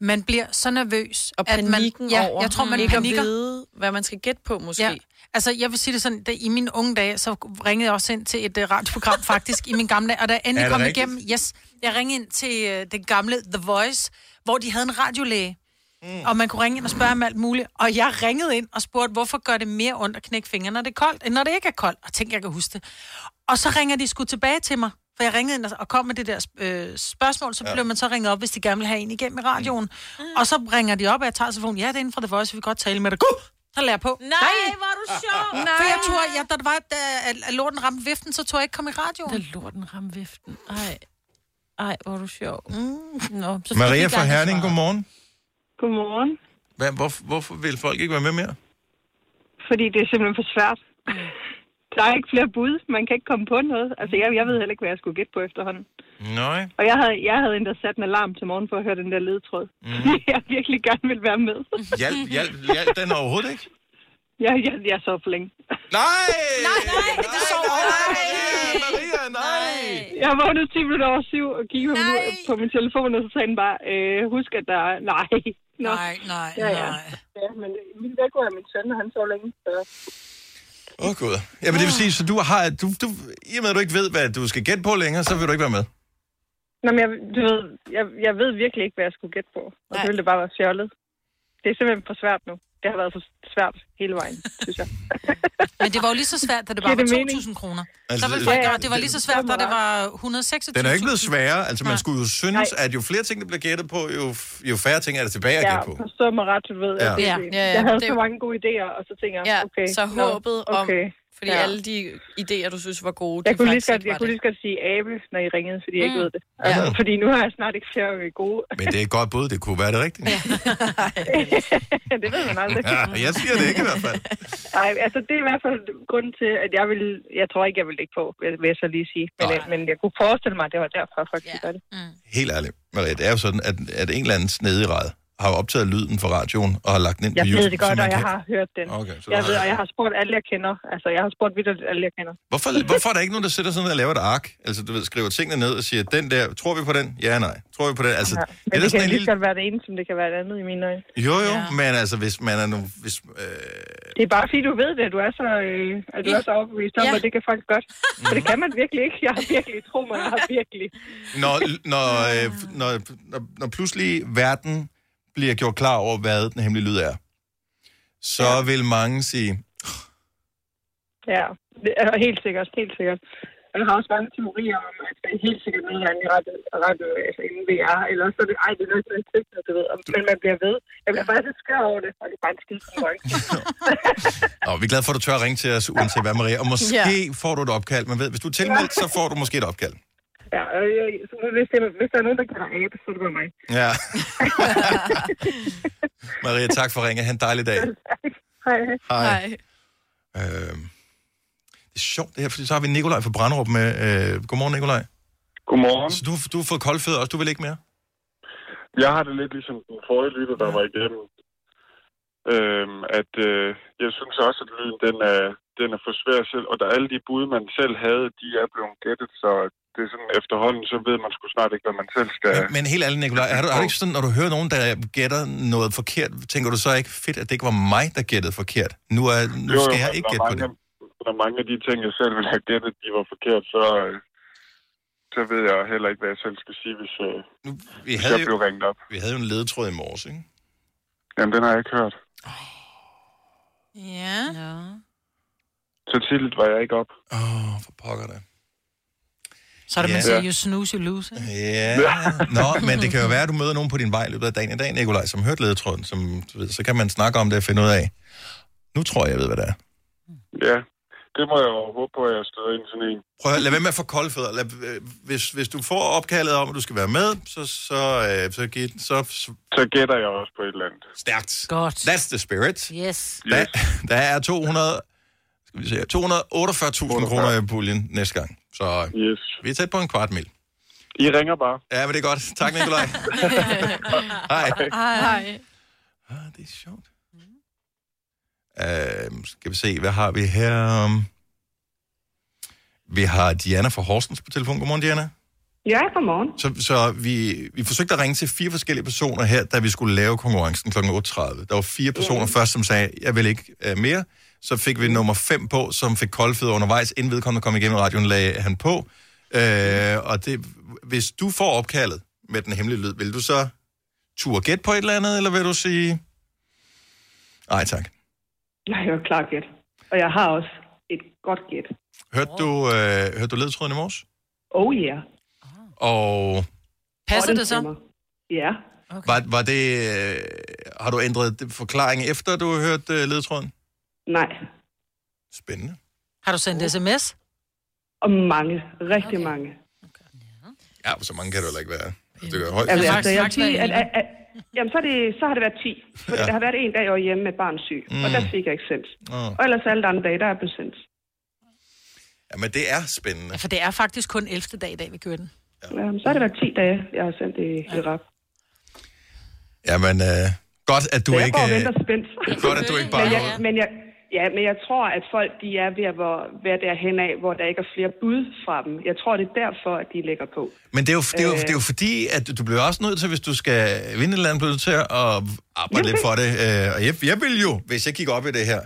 [SPEAKER 2] man bliver så nervøs,
[SPEAKER 3] Og
[SPEAKER 2] at man,
[SPEAKER 3] panikken
[SPEAKER 2] ja,
[SPEAKER 3] over
[SPEAKER 2] jeg tror, man
[SPEAKER 3] ikke
[SPEAKER 2] panikker.
[SPEAKER 3] at vide, hvad man skal gætte på, måske.
[SPEAKER 2] Ja. Altså, jeg vil sige det sådan, da i mine unge dage, så ringede jeg også ind til et uh,
[SPEAKER 1] [LAUGHS]
[SPEAKER 2] radioprogram faktisk i min gamle dage, og da jeg
[SPEAKER 3] Er
[SPEAKER 2] endelig
[SPEAKER 3] det
[SPEAKER 2] kom
[SPEAKER 3] rigtigt?
[SPEAKER 2] igennem, yes, jeg ringede ind til uh, det gamle The Voice, hvor de havde en radiolæge, mm. og man kunne ringe ind og spørge om alt muligt, og jeg ringede ind og spurgte, hvorfor gør det mere ondt at knække fingrene, når det er koldt, end når det ikke er koldt, og tænkte, jeg kan huske det. Og så ringer de sgu tilbage til mig, for jeg ringede ind og- og kom med det der øh, spørgsmål, så
[SPEAKER 5] Ja.
[SPEAKER 2] ja. blev man så ringet op, hvis de gerne vil have en igennem i radioen. Mm. Og så ringer de op, og jeg tager telefonen, ja, det er inden for The Voice, vi kan godt tale med dig. Gud, så lader jeg på.
[SPEAKER 5] Nej, hvor er du sjov.
[SPEAKER 2] Nej. For jeg tror, jeg, da, det var, da at- at lorten ramte viften, så tror jeg ikke komme i radioen. Da
[SPEAKER 3] lorten ramte viften. Ej. Ej, hvor er du sjov. Mm. Nå, så
[SPEAKER 1] Maria fra Herning, godmorgen.
[SPEAKER 24] Godmorgen.
[SPEAKER 1] Hvad, hvorfor, hvorfor vil folk ikke være med mere?
[SPEAKER 24] Fordi det er simpelthen for svært.
[SPEAKER 2] Mm.
[SPEAKER 24] Der er ikke flere bud. Man kan ikke komme på noget. Altså, jeg, jeg ved heller ikke, hvad jeg skulle gætte på efterhånden.
[SPEAKER 1] Nej.
[SPEAKER 24] Og jeg havde, jeg havde endda sat en alarm til morgen for at høre den der ledtråd. Mm. [LAUGHS] jeg virkelig gerne ville være
[SPEAKER 2] [LAUGHS]
[SPEAKER 24] med.
[SPEAKER 1] Hjælp, hjælp, hjælp den overhovedet ikke?
[SPEAKER 24] jeg, jeg, jeg sov for længe.
[SPEAKER 1] Nej!
[SPEAKER 24] Nej, nej,
[SPEAKER 1] det sov Maria, nej!
[SPEAKER 24] Jeg vågnede 10 minutter over syv og kiggede på min, på min telefon, og så sagde den bare, øh, husk, at der er... Nej. Nå.
[SPEAKER 2] Nej, nej,
[SPEAKER 24] ja, ja.
[SPEAKER 2] nej.
[SPEAKER 24] Ja, men min væk var min søn, og han sov længe. Så...
[SPEAKER 1] Åh, oh, gud. Jamen, det vil sige, så du har... Du, du, I og med, at du ikke ved, hvad du skal gætte på længere, så vil du ikke være med.
[SPEAKER 24] Nå, men jeg, du ved, jeg, jeg ved virkelig ikke, hvad jeg skulle gætte på. Og så ville det bare være fjollet. Det er simpelthen for svært nu. Det har været for svært hele
[SPEAKER 3] [LAUGHS]
[SPEAKER 24] vejen, synes jeg.
[SPEAKER 2] Men det var jo lige så svært, da det bare
[SPEAKER 24] Giver
[SPEAKER 2] var
[SPEAKER 24] det
[SPEAKER 2] 2.000 kroner.
[SPEAKER 1] Altså,
[SPEAKER 2] Altså, der ville folk,
[SPEAKER 1] ja, ja,
[SPEAKER 2] gøre- det var lige så svært, da det var 126.
[SPEAKER 1] Den er jo ikke blevet sværere. Altså, man skulle jo synes, at jo flere ting, der bliver gættet på, jo, f- jo færre ting er der tilbage at
[SPEAKER 24] Ja,
[SPEAKER 1] gætte på.
[SPEAKER 24] forstå mig ret, du ved.
[SPEAKER 1] Ja.
[SPEAKER 24] at det er
[SPEAKER 1] Ja,
[SPEAKER 24] det.
[SPEAKER 3] ja, ja.
[SPEAKER 24] Jeg havde
[SPEAKER 3] Det er
[SPEAKER 24] så
[SPEAKER 3] jo-
[SPEAKER 24] mange gode idéer, og så tænker jeg,
[SPEAKER 3] Ja,
[SPEAKER 24] okay.
[SPEAKER 3] så
[SPEAKER 24] nå,
[SPEAKER 3] håbet om...
[SPEAKER 24] okay.
[SPEAKER 3] Fordi ja. alle de idéer, Øh, du synes var gode,
[SPEAKER 24] Jeg
[SPEAKER 3] de
[SPEAKER 24] kunne, lige
[SPEAKER 3] faktisk
[SPEAKER 24] så godt,
[SPEAKER 3] ikke
[SPEAKER 24] jeg
[SPEAKER 3] var
[SPEAKER 24] kunne
[SPEAKER 3] det.
[SPEAKER 24] lige så godt sige abe, når I ringede, fordi jeg ikke
[SPEAKER 3] Mm.
[SPEAKER 24] ved det. Altså,
[SPEAKER 1] Ja.
[SPEAKER 24] Fordi nu har jeg snart ikke flere øh, gode.
[SPEAKER 1] Men det er et godt bud. Det kunne være det rigtige.
[SPEAKER 24] [LAUGHS] det ved man aldrig.
[SPEAKER 1] [LAUGHS] Ja, jeg siger det ikke i hvert fald.
[SPEAKER 24] Nej, altså det er i hvert fald grunden til, at jeg vil... Jeg tror ikke, jeg vil ikke på, vil vil jeg så lige sige. Men, øh, men jeg kunne forestille mig, at det var derfor, folk yeah. gør det.
[SPEAKER 1] Helt ærligt, Maria, det er jo sådan, at, at en eller anden snedig rad har jo optaget lyden fra radioen og har lagt den ind
[SPEAKER 24] Jeg
[SPEAKER 1] på
[SPEAKER 24] ved
[SPEAKER 1] YouTube.
[SPEAKER 24] det
[SPEAKER 1] så
[SPEAKER 24] godt,
[SPEAKER 1] man
[SPEAKER 24] og jeg
[SPEAKER 1] kan-
[SPEAKER 24] har hørt den.
[SPEAKER 1] Okay, så du
[SPEAKER 24] jeg
[SPEAKER 1] har-
[SPEAKER 24] ved, og jeg har spurgt alle, jeg kender. Altså, jeg har spurgt vidt alle, jeg kender.
[SPEAKER 1] Hvorfor, hvorfor er der ikke nogen, der sætter sådan og laver et ark? Altså, du ved, skriver tingene ned og siger, den der, tror vi på den? Ja, nej. Tror vi på den? Altså,
[SPEAKER 24] Ja.
[SPEAKER 1] ja,
[SPEAKER 24] Men
[SPEAKER 1] det er
[SPEAKER 24] det
[SPEAKER 1] sådan
[SPEAKER 24] kan lige
[SPEAKER 1] en
[SPEAKER 24] så
[SPEAKER 1] lille...
[SPEAKER 24] godt være det ene, som det kan være det andet i mine øjne.
[SPEAKER 1] Jo, jo, ja. men altså, hvis man er nu... Hvis, øh,
[SPEAKER 24] Det er bare fordi, du ved det, at du er så, øh, at du er så overbevist om, Ja. ja. at det kan folk godt.
[SPEAKER 1] Mhm.
[SPEAKER 24] For det kan man virkelig ikke. Jeg har virkelig, tro mig, jeg har virkelig.
[SPEAKER 1] når, når, øh, når, når, når pludselig verden bliver gjort klar over, hvad den hemmelige lyd er, så ja. vil mange sige,
[SPEAKER 24] Ja, det er helt sikkert, helt sikkert. Og Jeg har også mange teorier om, at det er helt sikkert noget, der er ret, ret øh, altså inden VR, eller så er det, ej, det er noget, der er sikkert, du ved. Og- Men man bliver ved. Jeg bliver faktisk lidt skør over det, og det er bare en skide konkurrence.
[SPEAKER 1] Nå, vi er glade for, at du tør at ringe til os, uanset hvad, Maria. Og måske ja.
[SPEAKER 24] Ja.
[SPEAKER 1] får du et opkald. Man ved, hvis du er tilmeldt, så får du måske et opkald.
[SPEAKER 24] Ja, og jeg- så hvis, det, hvis der er nogen, der kalder abe, så er det bare mig.
[SPEAKER 1] Ja.
[SPEAKER 24] [LAUGHS]
[SPEAKER 1] Maria, tak for at ringe. Ha' en dejlig dag.
[SPEAKER 24] Hej. [LAUGHS]
[SPEAKER 1] Hej. Øh, det er sjovt det her, for så har vi Nikolaj fra Branderup med. Øh, godmorgen, Nikolaj.
[SPEAKER 11] Godmorgen.
[SPEAKER 1] Så du, du har fået koldfødder også, du vil ikke mere?
[SPEAKER 11] Jeg har det lidt ligesom den forrige lytter, der var igennem. Øhm, at øh, jeg synes også, at lyden den er, den er for svær selv, og der alle de bud, man selv havde, de er blevet gættet, så det er sådan efterhånden, så ved man sgu snart ikke, hvad man selv skal...
[SPEAKER 1] Men helt ærligt, Nikolaj, har du, har du ikke sådan, når du hører nogen, der gætter noget forkert, tænker du så ikke, fedt, at det ikke var mig, der gættede forkert? Nu, er, nu skal jeg
[SPEAKER 11] men
[SPEAKER 1] ikke
[SPEAKER 11] når
[SPEAKER 1] gætte på
[SPEAKER 11] mange,
[SPEAKER 1] det.
[SPEAKER 11] Når mange af de ting, jeg selv ville have gættet, de var forkert, så, øh, så ved jeg heller ikke, hvad jeg selv skal sige, hvis, øh,
[SPEAKER 1] Vi
[SPEAKER 11] hvis
[SPEAKER 1] havde,
[SPEAKER 11] jeg
[SPEAKER 1] jo,
[SPEAKER 11] blev ringet op.
[SPEAKER 1] vi havde jo en ledetråd i morges, ikke?
[SPEAKER 11] Jamen, den har jeg ikke hørt.
[SPEAKER 2] Ja. ja.
[SPEAKER 11] Så tidligt var jeg ikke op.
[SPEAKER 1] Åh, oh, for pokker da.
[SPEAKER 2] Så er det,
[SPEAKER 1] Ja.
[SPEAKER 2] man siger, you snooze, you lose. ikke?
[SPEAKER 1] Ja. [LAUGHS] Nå, men det kan jo være, at du møder nogen på din vej i løbet af dagen i dag, Nikolaj, som hørte ledetråden, som, du ved, så kan man snakke om det og finde ud af. Nu tror jeg, jeg ved, hvad det er.
[SPEAKER 11] Ja, det må jeg jo håbe på, at jeg støder ind i sådan en.
[SPEAKER 1] Prøv at høre, lad være med at få koldfødder. Lad, øh, hvis, hvis du får opkaldet om, at du skal være med, så, så, øh, så, giv, så,
[SPEAKER 11] så gætter jeg også på et eller andet.
[SPEAKER 1] Stærkt. Godt. That's the spirit.
[SPEAKER 5] Yes.
[SPEAKER 1] Der, der er 200, skal vi se, her, 248.000 kroner i puljen næste gang. Så øh,
[SPEAKER 11] yes.
[SPEAKER 1] vi er tæt på en kvart mil.
[SPEAKER 11] I ringer bare.
[SPEAKER 1] Ja, men det er godt. Tak,
[SPEAKER 11] [LAUGHS]
[SPEAKER 1] Nikolaj. Hej.
[SPEAKER 3] Hej.
[SPEAKER 1] Ah, det er sjovt. Uh, skal vi se, hvad har vi her? Um, Vi har Diana fra Horsens på telefon. Godmorgen, Diana.
[SPEAKER 12] Ja, godmorgen.
[SPEAKER 1] Så, så vi, vi forsøgte at ringe til fire forskellige personer her, da vi skulle lave konkurrencen kl. 8.30. Der var fire personer først, som sagde, jeg vil ikke øh, mere. Så fik vi nummer fem på, som fik koldfødder undervejs, inden vedkommende kom igennem radioen, lagde han på. Øh, og det, hvis du får opkaldet med den hemmelige lyd, vil du så turde gætte på et eller andet, eller vil du sige... Nej tak.
[SPEAKER 12] Jeg er jo klar gæt. Og jeg har også et godt gæt.
[SPEAKER 1] Hørte du, øh, hørte du ledtråden i morges?
[SPEAKER 12] Oh yeah.
[SPEAKER 1] Og
[SPEAKER 12] Passer det så? Ja.
[SPEAKER 1] okay. var, var det, øh, har du ændret det- forklaringen efter, du hørte øh, ledtråden?
[SPEAKER 12] Nej.
[SPEAKER 1] Spændende.
[SPEAKER 2] Har du sendt sms?
[SPEAKER 12] Og mange. Rigtig okay. mange.
[SPEAKER 1] Ja, så mange kan det heller ikke være. Det gør højt.
[SPEAKER 12] Altså, altså, jeg vil sige, at, at, at, jamen, så, er det, så har det været 10. For
[SPEAKER 1] Ja.
[SPEAKER 12] ja. Der har været en dag, jeg var hjemme med et barn syg. Mm. Og
[SPEAKER 1] Mm.
[SPEAKER 12] der fik jeg ikke sendt.
[SPEAKER 1] Åh.
[SPEAKER 12] Og ellers alle de andre dage, der er blevet sendt.
[SPEAKER 1] Ja, men det er spændende.
[SPEAKER 2] For det er faktisk kun 11. dag i dag, vi kører den.
[SPEAKER 12] Jamen, så har det været 10 dage, jeg har sendt det i, i rap.
[SPEAKER 1] Jamen, øh, godt, at du
[SPEAKER 12] så jeg
[SPEAKER 1] ikke...
[SPEAKER 12] går og
[SPEAKER 1] Øh,
[SPEAKER 12] venter spændt.
[SPEAKER 1] godt, at du ikke bare...
[SPEAKER 12] Men jeg, men jeg, ja, men jeg tror, at folk de er ved at hvor- være derhen af, hvor der ikke er flere bud fra dem. Jeg tror, det er derfor, at de lægger på.
[SPEAKER 1] Men det er, jo, det,
[SPEAKER 12] Øh.
[SPEAKER 1] er jo, det er jo fordi, at du bliver også nødt til, hvis du skal vinde et eller andet, bliver du nødt til at arbejde lidt for det. Øh, Og jeg, jeg vil jo, hvis jeg kigger op i det her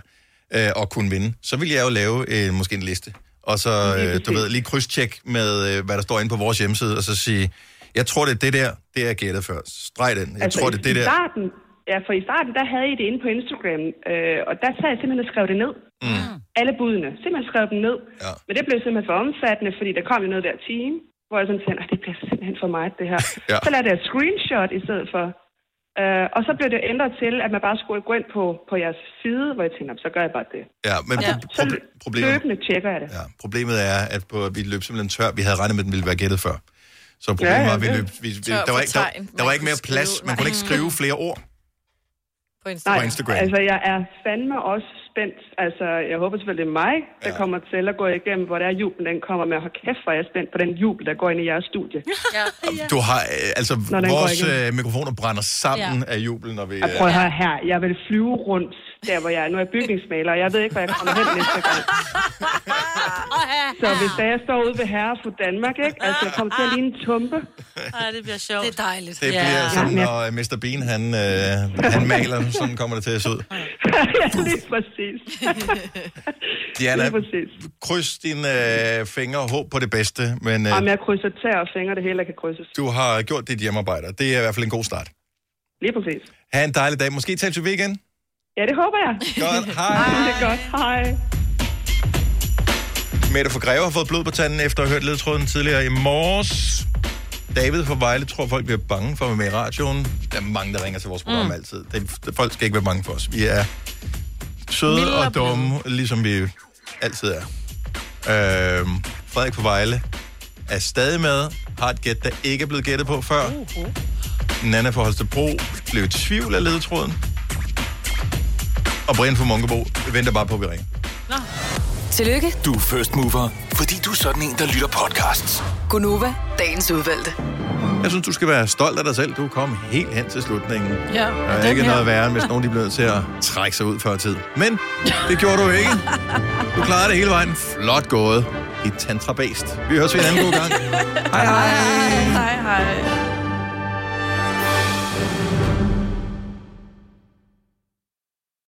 [SPEAKER 1] øh, og kunne vinde, så vil jeg jo lave øh, måske en liste. Og så, øh, du ved, lige krydstjek med, øh, hvad der står inde på vores hjemmeside, og så sige, jeg tror, det er det der, det er jeg gættet før. Streg den. Jeg altså, tror, det er det
[SPEAKER 12] i
[SPEAKER 1] der.
[SPEAKER 12] starten, ja, for i starten, der havde I det inde på Instagram, øh, og der sad jeg simpelthen og skrev det ned.
[SPEAKER 1] Mm.
[SPEAKER 12] Alle budene. Simpelthen skrev dem ned.
[SPEAKER 1] Ja.
[SPEAKER 12] Men det blev simpelthen for omfattende, fordi der kom jo noget hver time, hvor jeg sådan tænkte, "Ej, det bliver simpelthen for meget, det her.
[SPEAKER 1] [LAUGHS] Ja.
[SPEAKER 12] Så lavede jeg et screenshot i stedet for. Øh, og så blev det ændret til, at man bare skulle gå ind på, på jeres side, hvor jeg tænkte, "Nå, så gør jeg bare det.
[SPEAKER 1] Ja, men
[SPEAKER 12] Ja.
[SPEAKER 1] pro- pro- problemet,
[SPEAKER 12] Løbende tjekker jeg det.
[SPEAKER 1] Ja, problemet er, at på, vi løb simpelthen tør. Vi havde regnet med, at den ville være gættet før. Så problemet
[SPEAKER 12] Ja,
[SPEAKER 1] ja,
[SPEAKER 12] ja,
[SPEAKER 1] var, at vi
[SPEAKER 12] det-
[SPEAKER 1] løb, vi, vi,
[SPEAKER 12] Tør
[SPEAKER 1] der, var
[SPEAKER 12] for
[SPEAKER 1] ikke, der,
[SPEAKER 12] tegn.
[SPEAKER 1] der var
[SPEAKER 12] Man
[SPEAKER 1] ikke mere
[SPEAKER 12] kunne
[SPEAKER 1] plads.
[SPEAKER 12] skrive-
[SPEAKER 1] Man kunne ikke
[SPEAKER 12] Nej.
[SPEAKER 1] skrive flere ord.
[SPEAKER 12] På
[SPEAKER 1] Instagram. På Instagram.
[SPEAKER 12] altså jeg er fandme også spændt. Altså, jeg håber selvfølgelig, det er mig, der ja. kommer til at gå igennem, hvor der er jubel, den kommer med. Hold kæft, hvor er jeg spændt på den jubel, der går ind i jeres studie.
[SPEAKER 5] Ja.
[SPEAKER 1] Du har, øh, altså,
[SPEAKER 12] Når den går
[SPEAKER 1] vores
[SPEAKER 12] igennem.
[SPEAKER 1] øh, mikrofoner brænder sammen ja. af jubel, når vi... øh,
[SPEAKER 12] Og prøv at høre her, jeg vil flyve rundt der, hvor jeg er. Nu er jeg bygningsmaler, og jeg ved ikke, hvor jeg kommer hen næste gang. Så hvis da jeg står ude ved Herre for Danmark, ikke? Altså, jeg kommer til at ligne en tumpe.
[SPEAKER 2] Nej, det bliver sjovt. Det er dejligt.
[SPEAKER 1] øh, Det bliver ja. sådan, når øh, Mr. Bean, han, øh, han maler, [LAUGHS] sådan kommer det til at se ud.
[SPEAKER 12] ja, lige
[SPEAKER 24] [LAUGHS]
[SPEAKER 12] præcis.
[SPEAKER 1] Diana, kryds dine øh, fingre og håb på det bedste, men øh,
[SPEAKER 12] Om jeg krydser tæer og fingre, det hele kan krydses.
[SPEAKER 1] du har gjort dit hjemmearbejde. Det er i hvert fald en god start.
[SPEAKER 12] Lige præcis.
[SPEAKER 1] Ha' en dejlig dag. Måske tales vi ved igen.
[SPEAKER 12] Ja, det håber jeg.
[SPEAKER 1] Godt, hej.
[SPEAKER 12] [LAUGHS] Det er godt, hej.
[SPEAKER 1] Mette fra Greve har fået blod på tanden efter at have hørt ledtråden tidligere i morges. David fra Vejle tror, folk bliver bange for at være med i radioen. Der er mange, der ringer til vores program mm. altid. Det, folk skal ikke være bange for os. Vi er søde
[SPEAKER 7] Milde og
[SPEAKER 1] og dumme, ligesom vi altid er. Øhm, Frederik fra Vejle er stadig med. Har et gæt, der ikke er blevet gættet på før. Nana fra Holstebro blev i tvivl af ledetråden. Og Brian fra Munkebo venter bare på, at vi ringer.
[SPEAKER 17] Tillykke,
[SPEAKER 6] Du er first mover, fordi du er sådan en, der lytter podcasts.
[SPEAKER 17] Gunova, dagens udvalgte.
[SPEAKER 1] Jeg synes, du skal være stolt af dig selv. Du kom helt hen til slutningen.
[SPEAKER 17] Ja,
[SPEAKER 1] Der
[SPEAKER 17] og
[SPEAKER 1] er
[SPEAKER 17] den
[SPEAKER 1] ikke
[SPEAKER 17] her.
[SPEAKER 1] noget værre, end hvis nogen de bliver nødt til at trække sig ud før tid. Men det gjorde du ikke. Du klarede det hele vejen. Flot gået. Det er tantra-based. Vi høres ved en anden god gang.
[SPEAKER 3] Hej, hej.